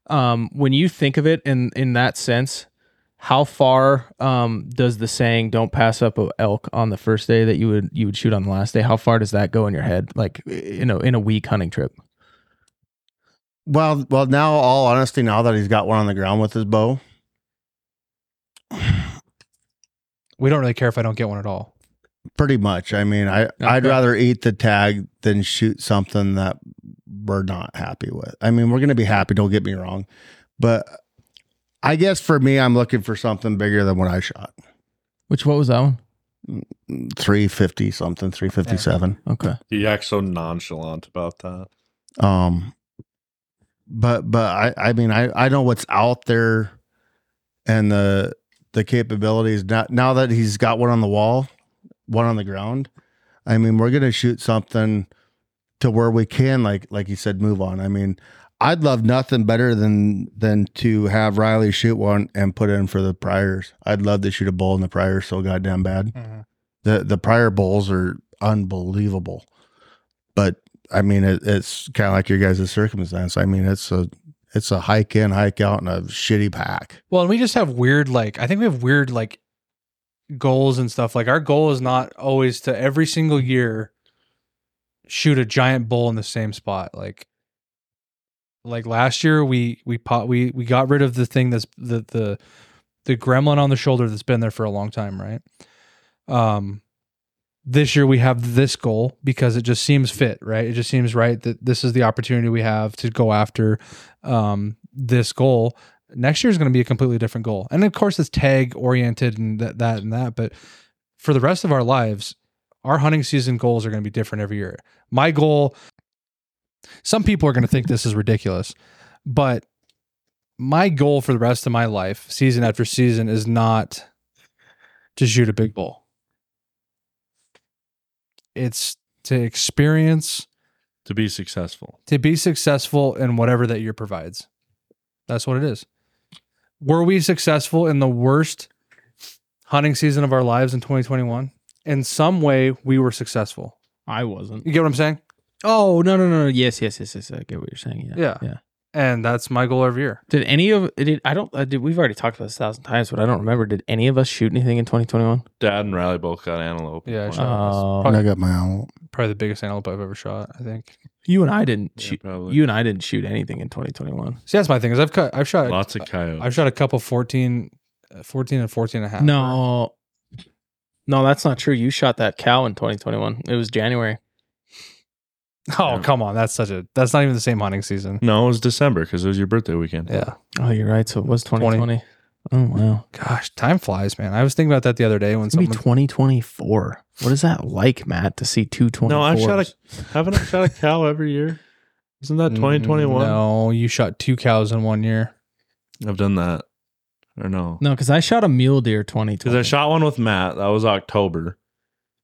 Um, when you think of it in in that sense, how far um, does the saying "don't pass up a elk" on the first day that you would you would shoot on the last day? How far does that go in your head, like you know, in a week hunting trip?
Well, well, now all honesty, now that he's got one on the ground with his bow,
we don't really care if I don't get one at all.
pretty much. I mean, I I'd
Okay.
rather eat the tag than shoot something that we're not happy with. I mean, we're gonna be happy. Don't get me wrong, but I guess for me, I'm looking for something bigger than what I shot.
Which what was that one?
Three fifty something, three fifty seven.
Okay.
He acts so nonchalant about that.
Um, but but I I mean I I know what's out there, and the the capabilities now now that he's got one on the wall, one on the ground. I mean, we're gonna shoot something to where we can like like you said, move on. I mean, I'd love nothing better than than to have Riley shoot one and put in for the priors. I'd love to shoot a bull in the priors so goddamn bad the the prior bowls are unbelievable but i mean it, it's kind of like your guys' circumstance i mean it's a it's a hike in hike out and a shitty pack
Well, and we just have weird like I think we have weird like goals and stuff. Like our goal is not always to every single year shoot a giant bull in the same spot. Like Like last year, we we pot we we got rid of the thing that's the the the gremlin on the shoulder that's been there for a long time, right? Um, this year we have this goal because it just seems fit, right? It just seems right that this is the opportunity we have to go after um this goal. Next year is going to be a completely different goal, and of course it's tag oriented and that that and that. But for the rest of our lives, our hunting season goals are going to be different every year. My goal some people are going to think this is ridiculous, but my goal for the rest of my life, season after season, is not to shoot a big bull. It's to experience,
to be successful.
to be successful in whatever that year provides. That's what it is. Were we successful in the worst hunting season of our lives in 2021? In some way, we were successful.
I wasn't.
You get what I'm saying?
Oh no no no! no. Yes yes yes yes. I get what you're saying. Yeah
Yeah.
yeah.
And that's my goal every year.
Did any of did I don't uh, did we've already talked about this a thousand times, but I don't remember. Did any of us shoot anything in 2021?
Dad and Riley both got antelope.
Yeah, I
One-
shot that's
Oh.
probably-
I got my own.
probably the biggest antelope I've ever shot. I think.
You and I didn't
Yeah,
shoot.
probably.
You and I didn't shoot anything in 2021.
See, that's my thing is I've cut, I've shot,
Lots of coyotes.
I've shot a couple 14, uh, 14 and 14 and a half.
No, no, that's not true. You shot that cow in 2021. It was January.
Oh,
Yeah.
come on. That's such a, that's not even the same hunting season.
no, it was December because it was your birthday weekend.
Yeah.
Oh, you're right. So it was 2020. Oh wow,
Gosh, time flies, man. I was thinking about that the other day when
it's gonna
someone,
be 2024. What is that like, Matt? To see two twenty?
No, I've shot a haven't I shot a cow every year? Isn't that 2021?
Mm, No, you shot two cows in one year.
I've done that. Or no.
no because I shot a mule deer 2020.
Because I shot one with Matt. That was October.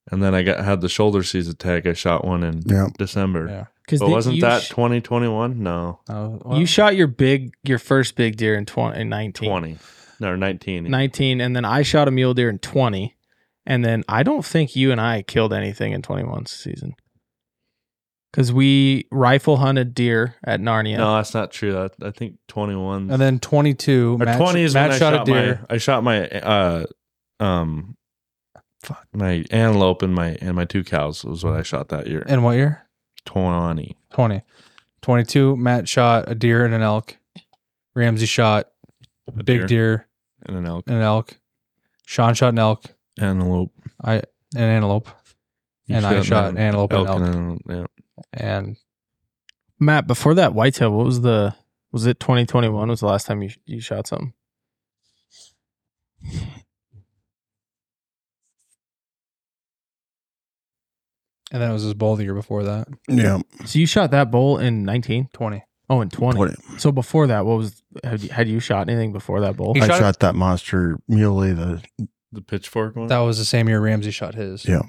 And then I got had the shoulder season tag. I shot one in
Yeah.
December.
Yeah.
because
But wasn't that 2021? No.
Oh,
you
well,
shot your big your first big deer in 20 in 19
20. No, 19.
19 and then I shot a mule deer in 20 and then I don't think you and I killed anything in 21's season. Cuz we rifle hunted deer at Narnia.
No, that's not true. That, I think 21.
and then 22,
or
Matt,
20 is
Matt
when
shot,
I shot
a deer.
my I shot my uh um fuck my antelope and my and my two cows was what I shot that year.
In what year?
20.
20. 22, Matt shot a deer and an elk. Ramsey shot
A
big deer
and an elk,
and an elk. Sean shot an elk.
antelope,
I an antelope,
You
and I shot an antelope
elk,
and elk.
and an- yeah.
And
Matt, before that whitetail, what was the was it 2021 was the last time you you shot something?
and then it was his bull the year before that.
Yeah.
So you shot that bull in 19?
Twenty.
Oh, in 20.
20.
So before that, what was had you, had you shot anything before that bull?
He
I
shot-
shot, that monster muley. The
The pitchfork one?
That was the same year Ramsey shot his.
Yeah.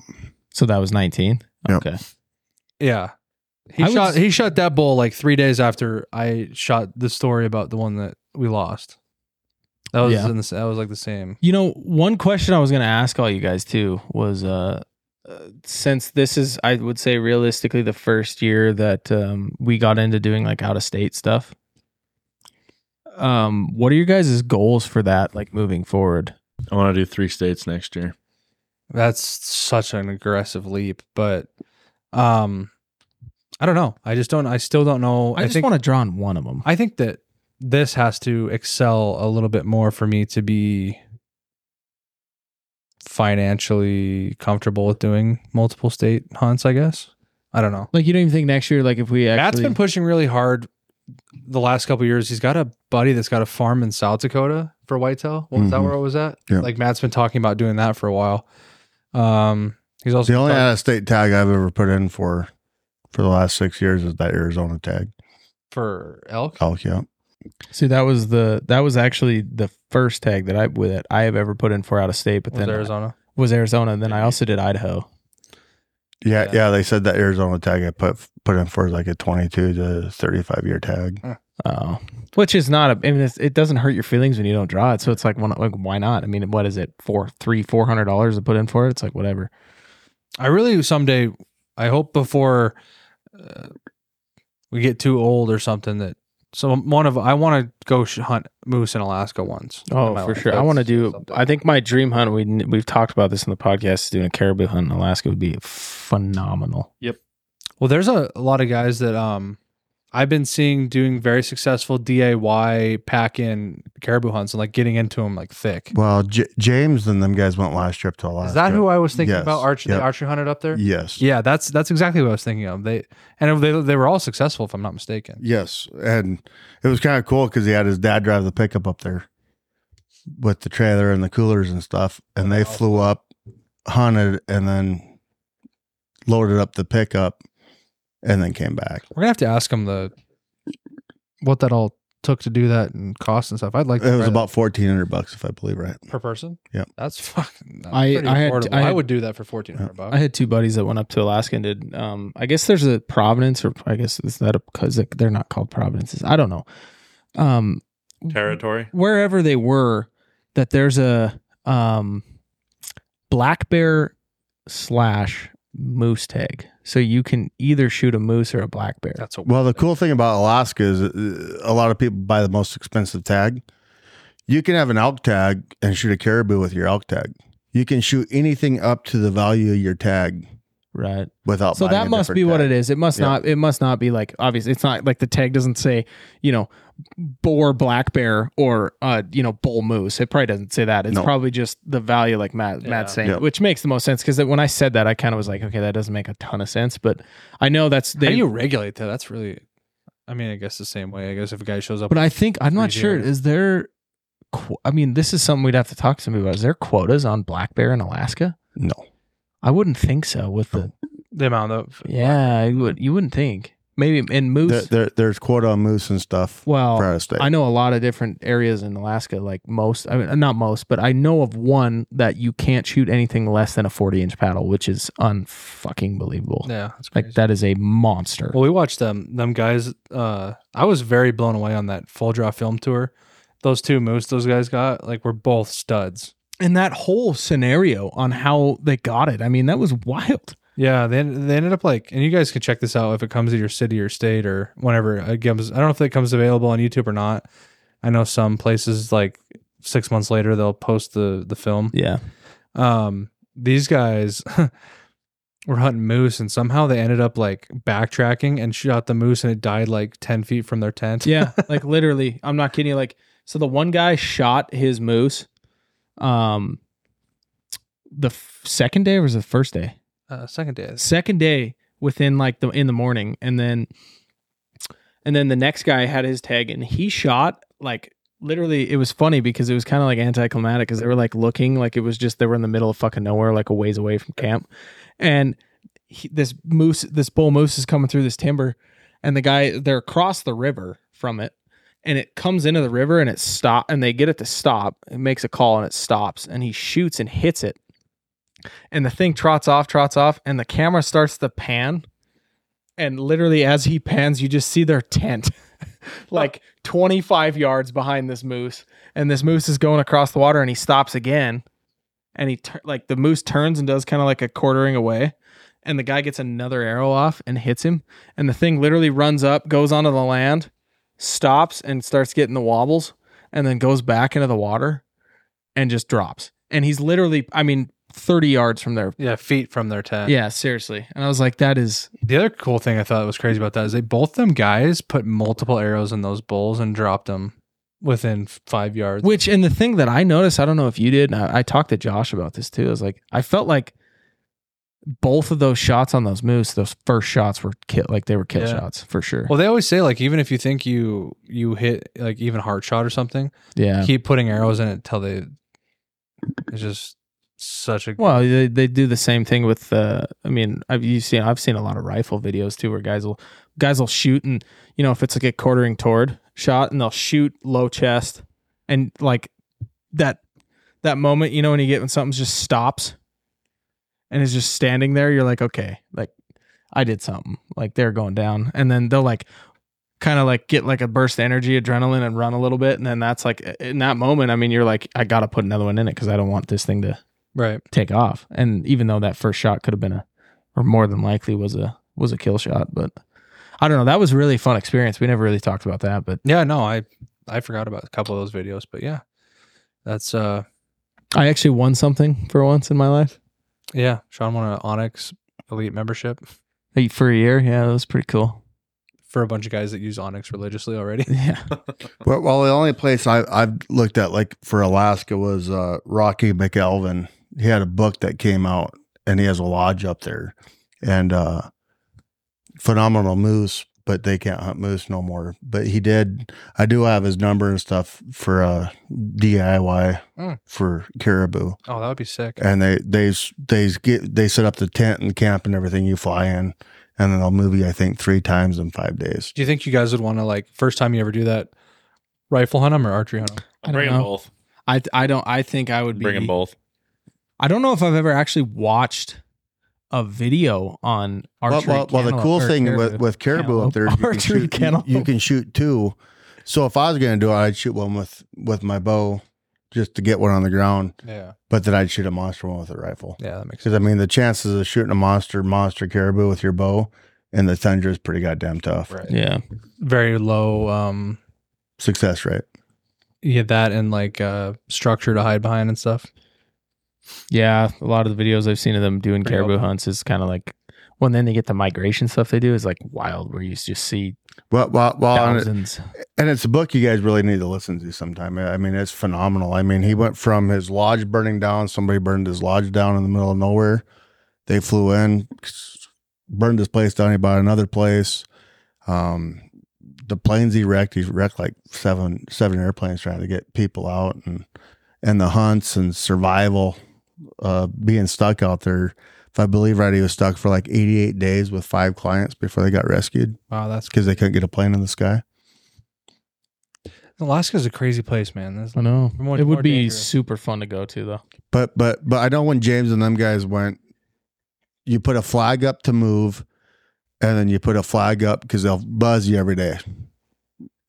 So that was 19.
Yeah.
Okay.
Yeah. He
I would
shot
s-
he shot that bull like three days after I shot the story about the one that we lost. That was
Yeah.
in the, s- that was like the same.
You know, one question I was going to ask all you guys too was uh, uh, since this is, I would say, realistically, the first year that um, we got into doing like out of state stuff. Um, what are your guys' goals for that, like moving forward?
I want to do three states next year.
That's such an aggressive leap, but um I don't know. I just don't I still don't know.
I, just
think-
want to draw on one of them.
I think that this has to excel a little bit more for me to be financially comfortable with doing multiple state hunts, I guess. I don't know.
like, you don't even think next year, like, if we
Matt's
actually.
been pushing really hard the last couple years. He's got a buddy that's got a farm in South Dakota for whitetail. What was that
Mhm.
where I was at?
Yeah.
Like Matt's been talking about doing that for a while. Um he's also
the only
talk-
out of state tag I've ever put in for for the last six years is that Arizona tag.
for elk.
Elk, yeah.
see, that was the, that was actually the first tag that I, that I have ever put in for out of state, but
was
then uh,
Arizona.
was Arizona. And then I also did Idaho.
Yeah,
Yeah.
yeah, They said that Arizona tag I put put in for is like a twenty two to thirty five year tag.
Oh, which is not a. I mean, it's, it doesn't hurt your feelings when you don't draw it. So it's like, why not? Like, why not? I mean, what is it? Four, three, four hundred dollars to put in for it. It's like whatever.
I really someday. I hope before uh, we get too old or something that so one of I want to go sh- hunt moose in Alaska once. in
Oh,
my
for
life.
sure. I
That's
want to do.
something.
I think my dream hunt. We we've talked about this in the podcast. Doing a caribou hunt in Alaska would be phenomenal.
Well, there's a, a lot of guys that um I've been seeing doing very successful DIY pack in caribou hunts and like getting into them like thick.
Well, J- James and them guys went last trip to Alaska.
Is that who I was thinking
Yes.
about? Archer,
Yep.
the archer hunted up there.
Yes.
Yeah, that's that's exactly what I was thinking of. They and they they were all successful, if I'm not mistaken.
Yes, and it was kind of cool because he had his dad drive the pickup up there with the trailer and the coolers and stuff, and they flew up, hunted, and then loaded up the pickup, and then came back.
We're gonna have to ask him the what that all took to do that and cost and stuff. I'd like.
It
To
was
try
about fourteen hundred bucks, if I believe right.
that. per person.
Yeah.
that's fucking. That's
I-
pretty
I had-
affordable.
I had-
would do that for fourteen hundred bucks.
I had two buddies that went up to Alaska and did. Um, I guess there's a Providence, or I guess is that because they're not called Providences. I don't know. Um,
Territory.
wherever they were, that there's a um, black bear slash moose tag, so you can either shoot a moose or a black bear.
that's a
Well, the cool thing about Alaska is uh, a lot of people buy the most expensive tag. You can have an elk tag and shoot a caribou with your elk tag. You can shoot anything up to the value of your tag
Right.
without.
So that must be what it is. It must
Yeah.
not. It must not be like obviously. It's not like the tag doesn't say you know boar, black bear, or uh you know bull moose. It probably doesn't say that. It's
No.
probably just the value, like Matt
Yeah.
Matt's saying,
Yeah.
which makes the most sense. Because when I said that, I kind of was like, okay, that doesn't make a ton of sense. But I know that's
How
they.
do you regulate that? That's really. I mean, I guess the same way. I guess if a guy shows up,
but I think I'm not sure.
Freezer.
Is there? qu- I mean, this is something we'd have to talk to somebody about. Is there quotas on black bear in Alaska?
No.
I wouldn't think so. With the
the amount of
yeah, I would. You wouldn't think maybe in moose.
There, there, there's quota on moose and stuff.
well,
for out of state.
I know a lot of different areas in Alaska, like most, I mean, not most, but I know of one that you can't shoot anything less than a 40 inch paddle, which is unfucking believable.
yeah, that's crazy.
Like, that is a monster.
Well, we watched them them guys. Uh, I was very blown away on that full draw film tour. Those two moose those guys got like were both studs.
And that whole scenario on how they got it, I mean, that was wild.
Yeah, they they ended up like, and you guys can check this out if it comes to your city or state or whenever uh, it comes. I don't know if it comes available on YouTube or not. I know some places like six months later they'll post the the film.
Yeah.
um these guys were hunting moose and somehow they ended up like backtracking and shot the moose and it died like 10 feet from their tent
Yeah. like, literally, I'm not kidding you. Like, so the one guy shot his moose, um, the f- second day or was it the first day?
uh, second day
second day within like the in the morning and then and then the next guy had his tag and he shot like literally it was funny because it was kind of like anticlimactic because they were like looking like it was just they were in the middle of fucking nowhere like a ways away from camp and he, this moose this bull moose is coming through this timber and the guy they're across the river from it and it comes into the river and it stop and they get it to stop it makes a call and it stops and he shoots and hits it and the thing trots off, trots off, and the camera starts to pan. And literally, as he pans, you just see their tent like 25 yards behind this moose. And this moose is going across the water and he stops again. And he, tur- like, the moose turns and does kind of like a quartering away. And the guy gets another arrow off and hits him. And the thing literally runs up, goes onto the land, stops, and starts getting the wobbles, and then goes back into the water and just drops. And he's literally, I mean, 30 yards from there.
yeah feet from their tent
Yeah, seriously. And I was like, that is
the other cool thing i thought was crazy about that is they both them guys put multiple arrows in those bulls and dropped them within f- five yards
which and the thing that I noticed, I don't know if you did, and I, I talked to Josh about this too. I was like, I felt like both of those shots on those moose, those first shots were kill like they were kill
Yeah.
shots for sure.
well they always say like even if you think you you hit like even heart shot or something
yeah.
keep putting arrows in it until they it's just such a
Well, they, they do the same thing with. Uh, I mean, I've you seen I've seen a lot of rifle videos too, where guys will guys will shoot and you know if it's like a quartering toward shot and they'll shoot low chest and like that that moment you know when you get when something just stops and is just standing there, you're like okay, like I did something, like they're going down, and then they'll like kind of like get like a burst of energy adrenaline and run a little bit and then that's like in that moment i mean you're like i gotta put another one in it because i don't want this thing to
right
take off. And even though that first shot could have been a, or more than likely was a was a kill shot, but I don't know. That was a really fun experience. We never really talked about that, but
Yeah, no, I I forgot about a couple of those videos, but yeah. That's uh
I actually won something for once in my life
yeah, Sean won an Onyx Elite membership
Like, for a year. Yeah, that was pretty cool.
for a bunch of guys that use Onyx religiously already.
Yeah.
Well, well, the only place I, I've looked at, like for Alaska, was uh, Rocky McElvin. He had a book that came out, and he has a lodge up there, and uh, phenomenal moose. But they can't hunt moose no more. But he did. I do have his number and stuff for uh, DIY
Hmm.
Mm.
for caribou,
Oh, that would be sick.
and they they s- they s- get they set up the tent and camp and everything. You fly in, and then they'll move you. I think three times in five days.
Do you think you guys would want to like first time you ever do that, rifle hunt them or archery hunt them?
I don't
Bring them
know.
both.
I I don't I think I would be
Bring them both.
I don't know if I've ever actually watched a video on
Well,
archery.
well, well, the
cantaloupe-
cool
or
thing with,
caribou.
with caribou up there, is
Cantaloupe.
you can,
Archery
shoot, you,
cantaloupe.
you can shoot two. So if I was going to do it, I'd shoot one with with my bow just to get one on the ground,
Yeah.
but then I'd shoot a monster one with a rifle.
Yeah, that makes
Because
sense.
I mean, the chances of shooting a monster monster caribou with your bow in the tundra is pretty goddamn tough.
Right.
yeah,
Very low um
Success rate.
you get that and like uh structure to hide behind and stuff.
yeah. A lot of the videos I've seen of them doing
Pretty
caribou
helpful.
hunts is kind of like. Well, and then they get the migration stuff they do is like wild, where you just see
Well, well, well and, it-
thousands.
and it's a book you guys really need to listen to sometime. I mean, it's phenomenal. I mean, he went from his lodge burning down. Somebody burned his lodge down in the middle of nowhere. They flew in, burned his place down. He bought another place. Um, the planes he wrecked, he wrecked like seven seven airplanes trying to get people out and and the hunts and survival, uh, being stuck out there. If I believe right, he was stuck for like 88 days with five clients before they got rescued
Wow, that's
because they couldn't get a plane in the sky.
Alaska's a crazy place, man. That's
I know
More-
it
more
would be
dangerous.
super fun to go to though.
But but but I know when James and them guys went, you put a flag up to move, and then you put a flag up because they'll buzz you every day.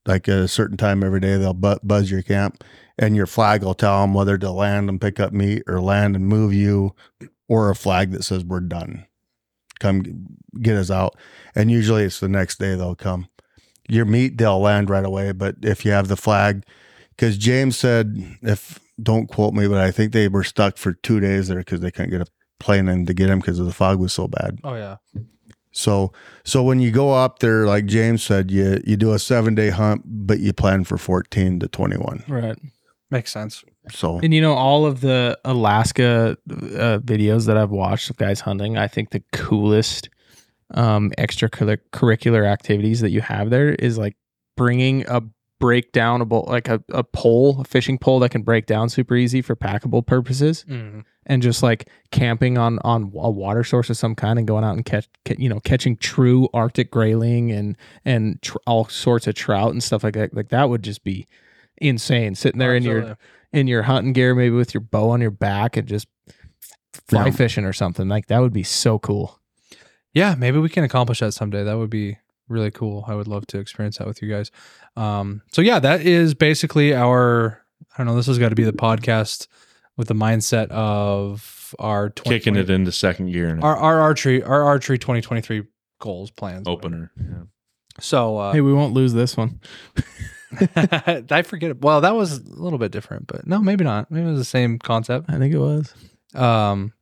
Like at a certain time every day, they'll bu- buzz your camp, and your flag will tell them whether to land and pick up meat or land and move you, or a flag that says we're done. Come g- get us out. And usually it's the next day they'll come. Your meat they'll land right away, but if you have the flag, because James said if don't quote me, but I think they were stuck for two days there because they couldn't get a plane in to get him because the fog was so bad.
Oh yeah.
So, so when you go up there, like James said, you you do a seven day hunt, but you plan for fourteen to twenty one.
Right.
Makes sense.
So,
And you know, all of the Alaska uh, videos that I've watched of guys hunting, I think the coolest um, extracurricular activities that you have there is like bringing a breakdownable, like a, a pole, a fishing pole that can break down super easy for packable purposes,
Mm.
and just like camping on on a water source of some kind and going out and catch, ca- you know, catching true Arctic grayling and and tr- all sorts of trout and stuff like that. Like that would just be insane sitting there in your
Absolutely.
in your hunting gear, maybe with your bow on your back and just fly
Yeah.
fishing or something. Like that would be so cool.
Yeah, maybe we can accomplish that someday. That would be really cool. I would love to experience that with you guys. Um, so yeah, that is basically our. I don't know. This has got to be the podcast with the mindset of our 20,
Kicking it into second gear and
Our, our archery, our archery 2023 goals, plans,
opener.
So uh,
Hey, we won't lose this one.
I forget. Well, that was a little bit different, but no, maybe not. Maybe it was the same concept.
I think it was.
Um,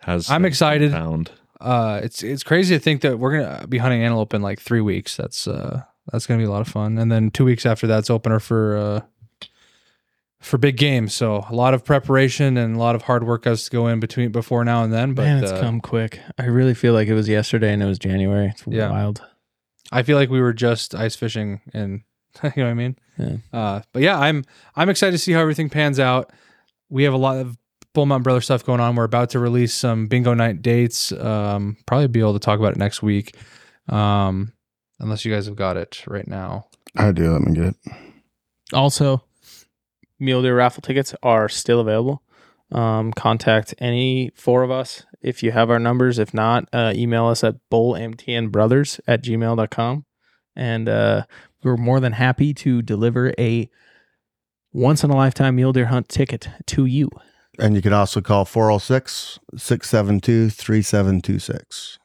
Has
I'm
the
excited.
Found.
uh it's it's crazy to think that we're gonna be hunting antelope in like three weeks that's uh that's gonna be a lot of fun and then two weeks after that's opener for uh for big game so a lot of preparation and a lot of hard work has to go in between before now and then but
Man, it's
uh,
come quick. I really feel like it was yesterday and it was January. It's
Yeah.
wild.
i feel like we were just ice fishing and you know what i mean
Yeah.
uh but yeah i'm i'm excited to see how everything pans out we have a lot of bull mountain brother stuff going on we're about to release some bingo night dates um probably be able to talk about it next week um unless you guys have got it right now
I do. Let me get it.
Also, mule deer raffle tickets are still available. Um, contact any four of us if you have our numbers. If not, uh, email us at bullmtnbrothers at gmail.com. And uh, we're more than happy to deliver a once in a lifetime mule deer hunt ticket to you.
And you can also call 406 672 3726.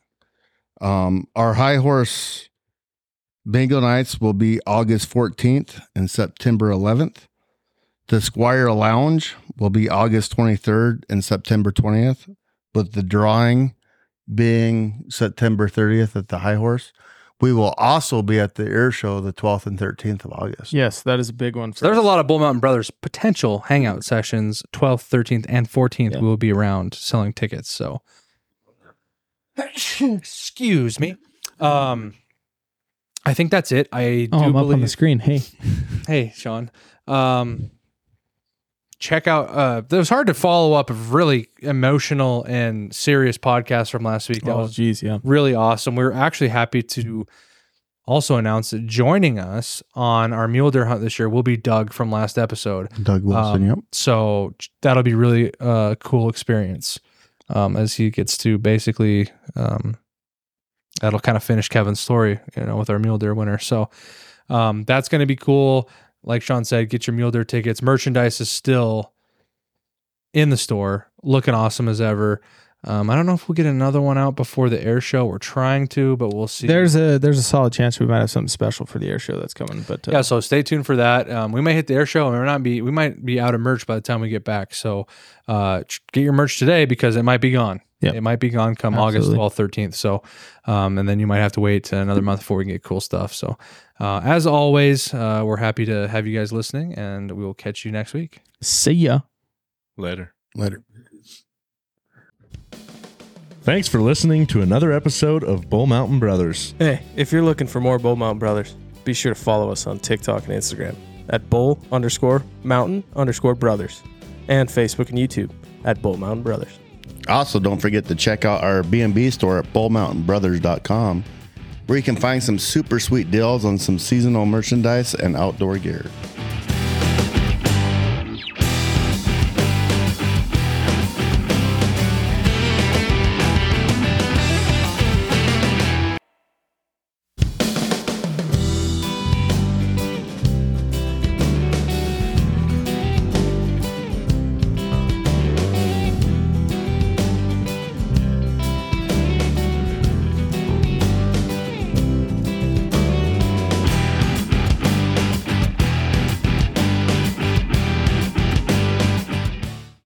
Um, Our high horse bingo nights will be August 14th and September 11th. The Squire Lounge will be August 23rd and September 20th, with the drawing being September 30th at the high horse.
We will also be at the air show the 12th and 13th of August.
Yes, that is a big one. For
So there's a
us.
lot of Bull Mountain Brothers potential hangout sessions. 12th, 13th, and 14th,
Yeah.
we will be around selling tickets. So, excuse me. Um, I think that's it. I
Oh,
do
I'm up
believe.
on the screen. Hey,
Hey, Sean. Um, check out. Uh, it was hard to follow up a really emotional and serious podcast from last week. That
oh,
was
geez, yeah.
really awesome. We are actually happy to also announce that joining us on our mule deer hunt this year will be Doug from last episode.
Doug Wilson,
Um,
yep.
So that'll be really uh, cool experience um, as he gets to basically um, that'll kind of finish Kevin's story, you know, with our mule deer winner. So um, that's going to be cool. Like Sean said, get your mule deer tickets. Merchandise is still in the store, looking awesome as ever. Um, I don't know if we'll get another one out before the air show. We're trying to, but we'll see.
There's a there's a solid chance we might have something special for the air show that's coming. But uh,
yeah, so stay tuned for that. Um, we might hit the air show, and we're not be we might be out of merch by the time we get back. So uh, tr- get your merch today because it might be gone.
Yeah.
it might be gone come August
Absolutely.
twelfth, thirteenth. So, um, and then you might have to wait another month before we can get cool stuff. So, uh, as always, uh, we're happy to have you guys listening, and we will catch you next week.
see ya.
Later.
Later.
Thanks for listening to another episode of Bull Mountain Brothers.
Hey, if you're looking for more Bull Mountain Brothers, be sure to follow us on TikTok and Instagram at Bull underscore Mountain underscore Brothers and Facebook and YouTube at Bull Mountain Brothers.
Also, don't forget to check out our B&B store at bullmountainbrothers.com where you can find some super sweet deals on some seasonal merchandise and outdoor gear.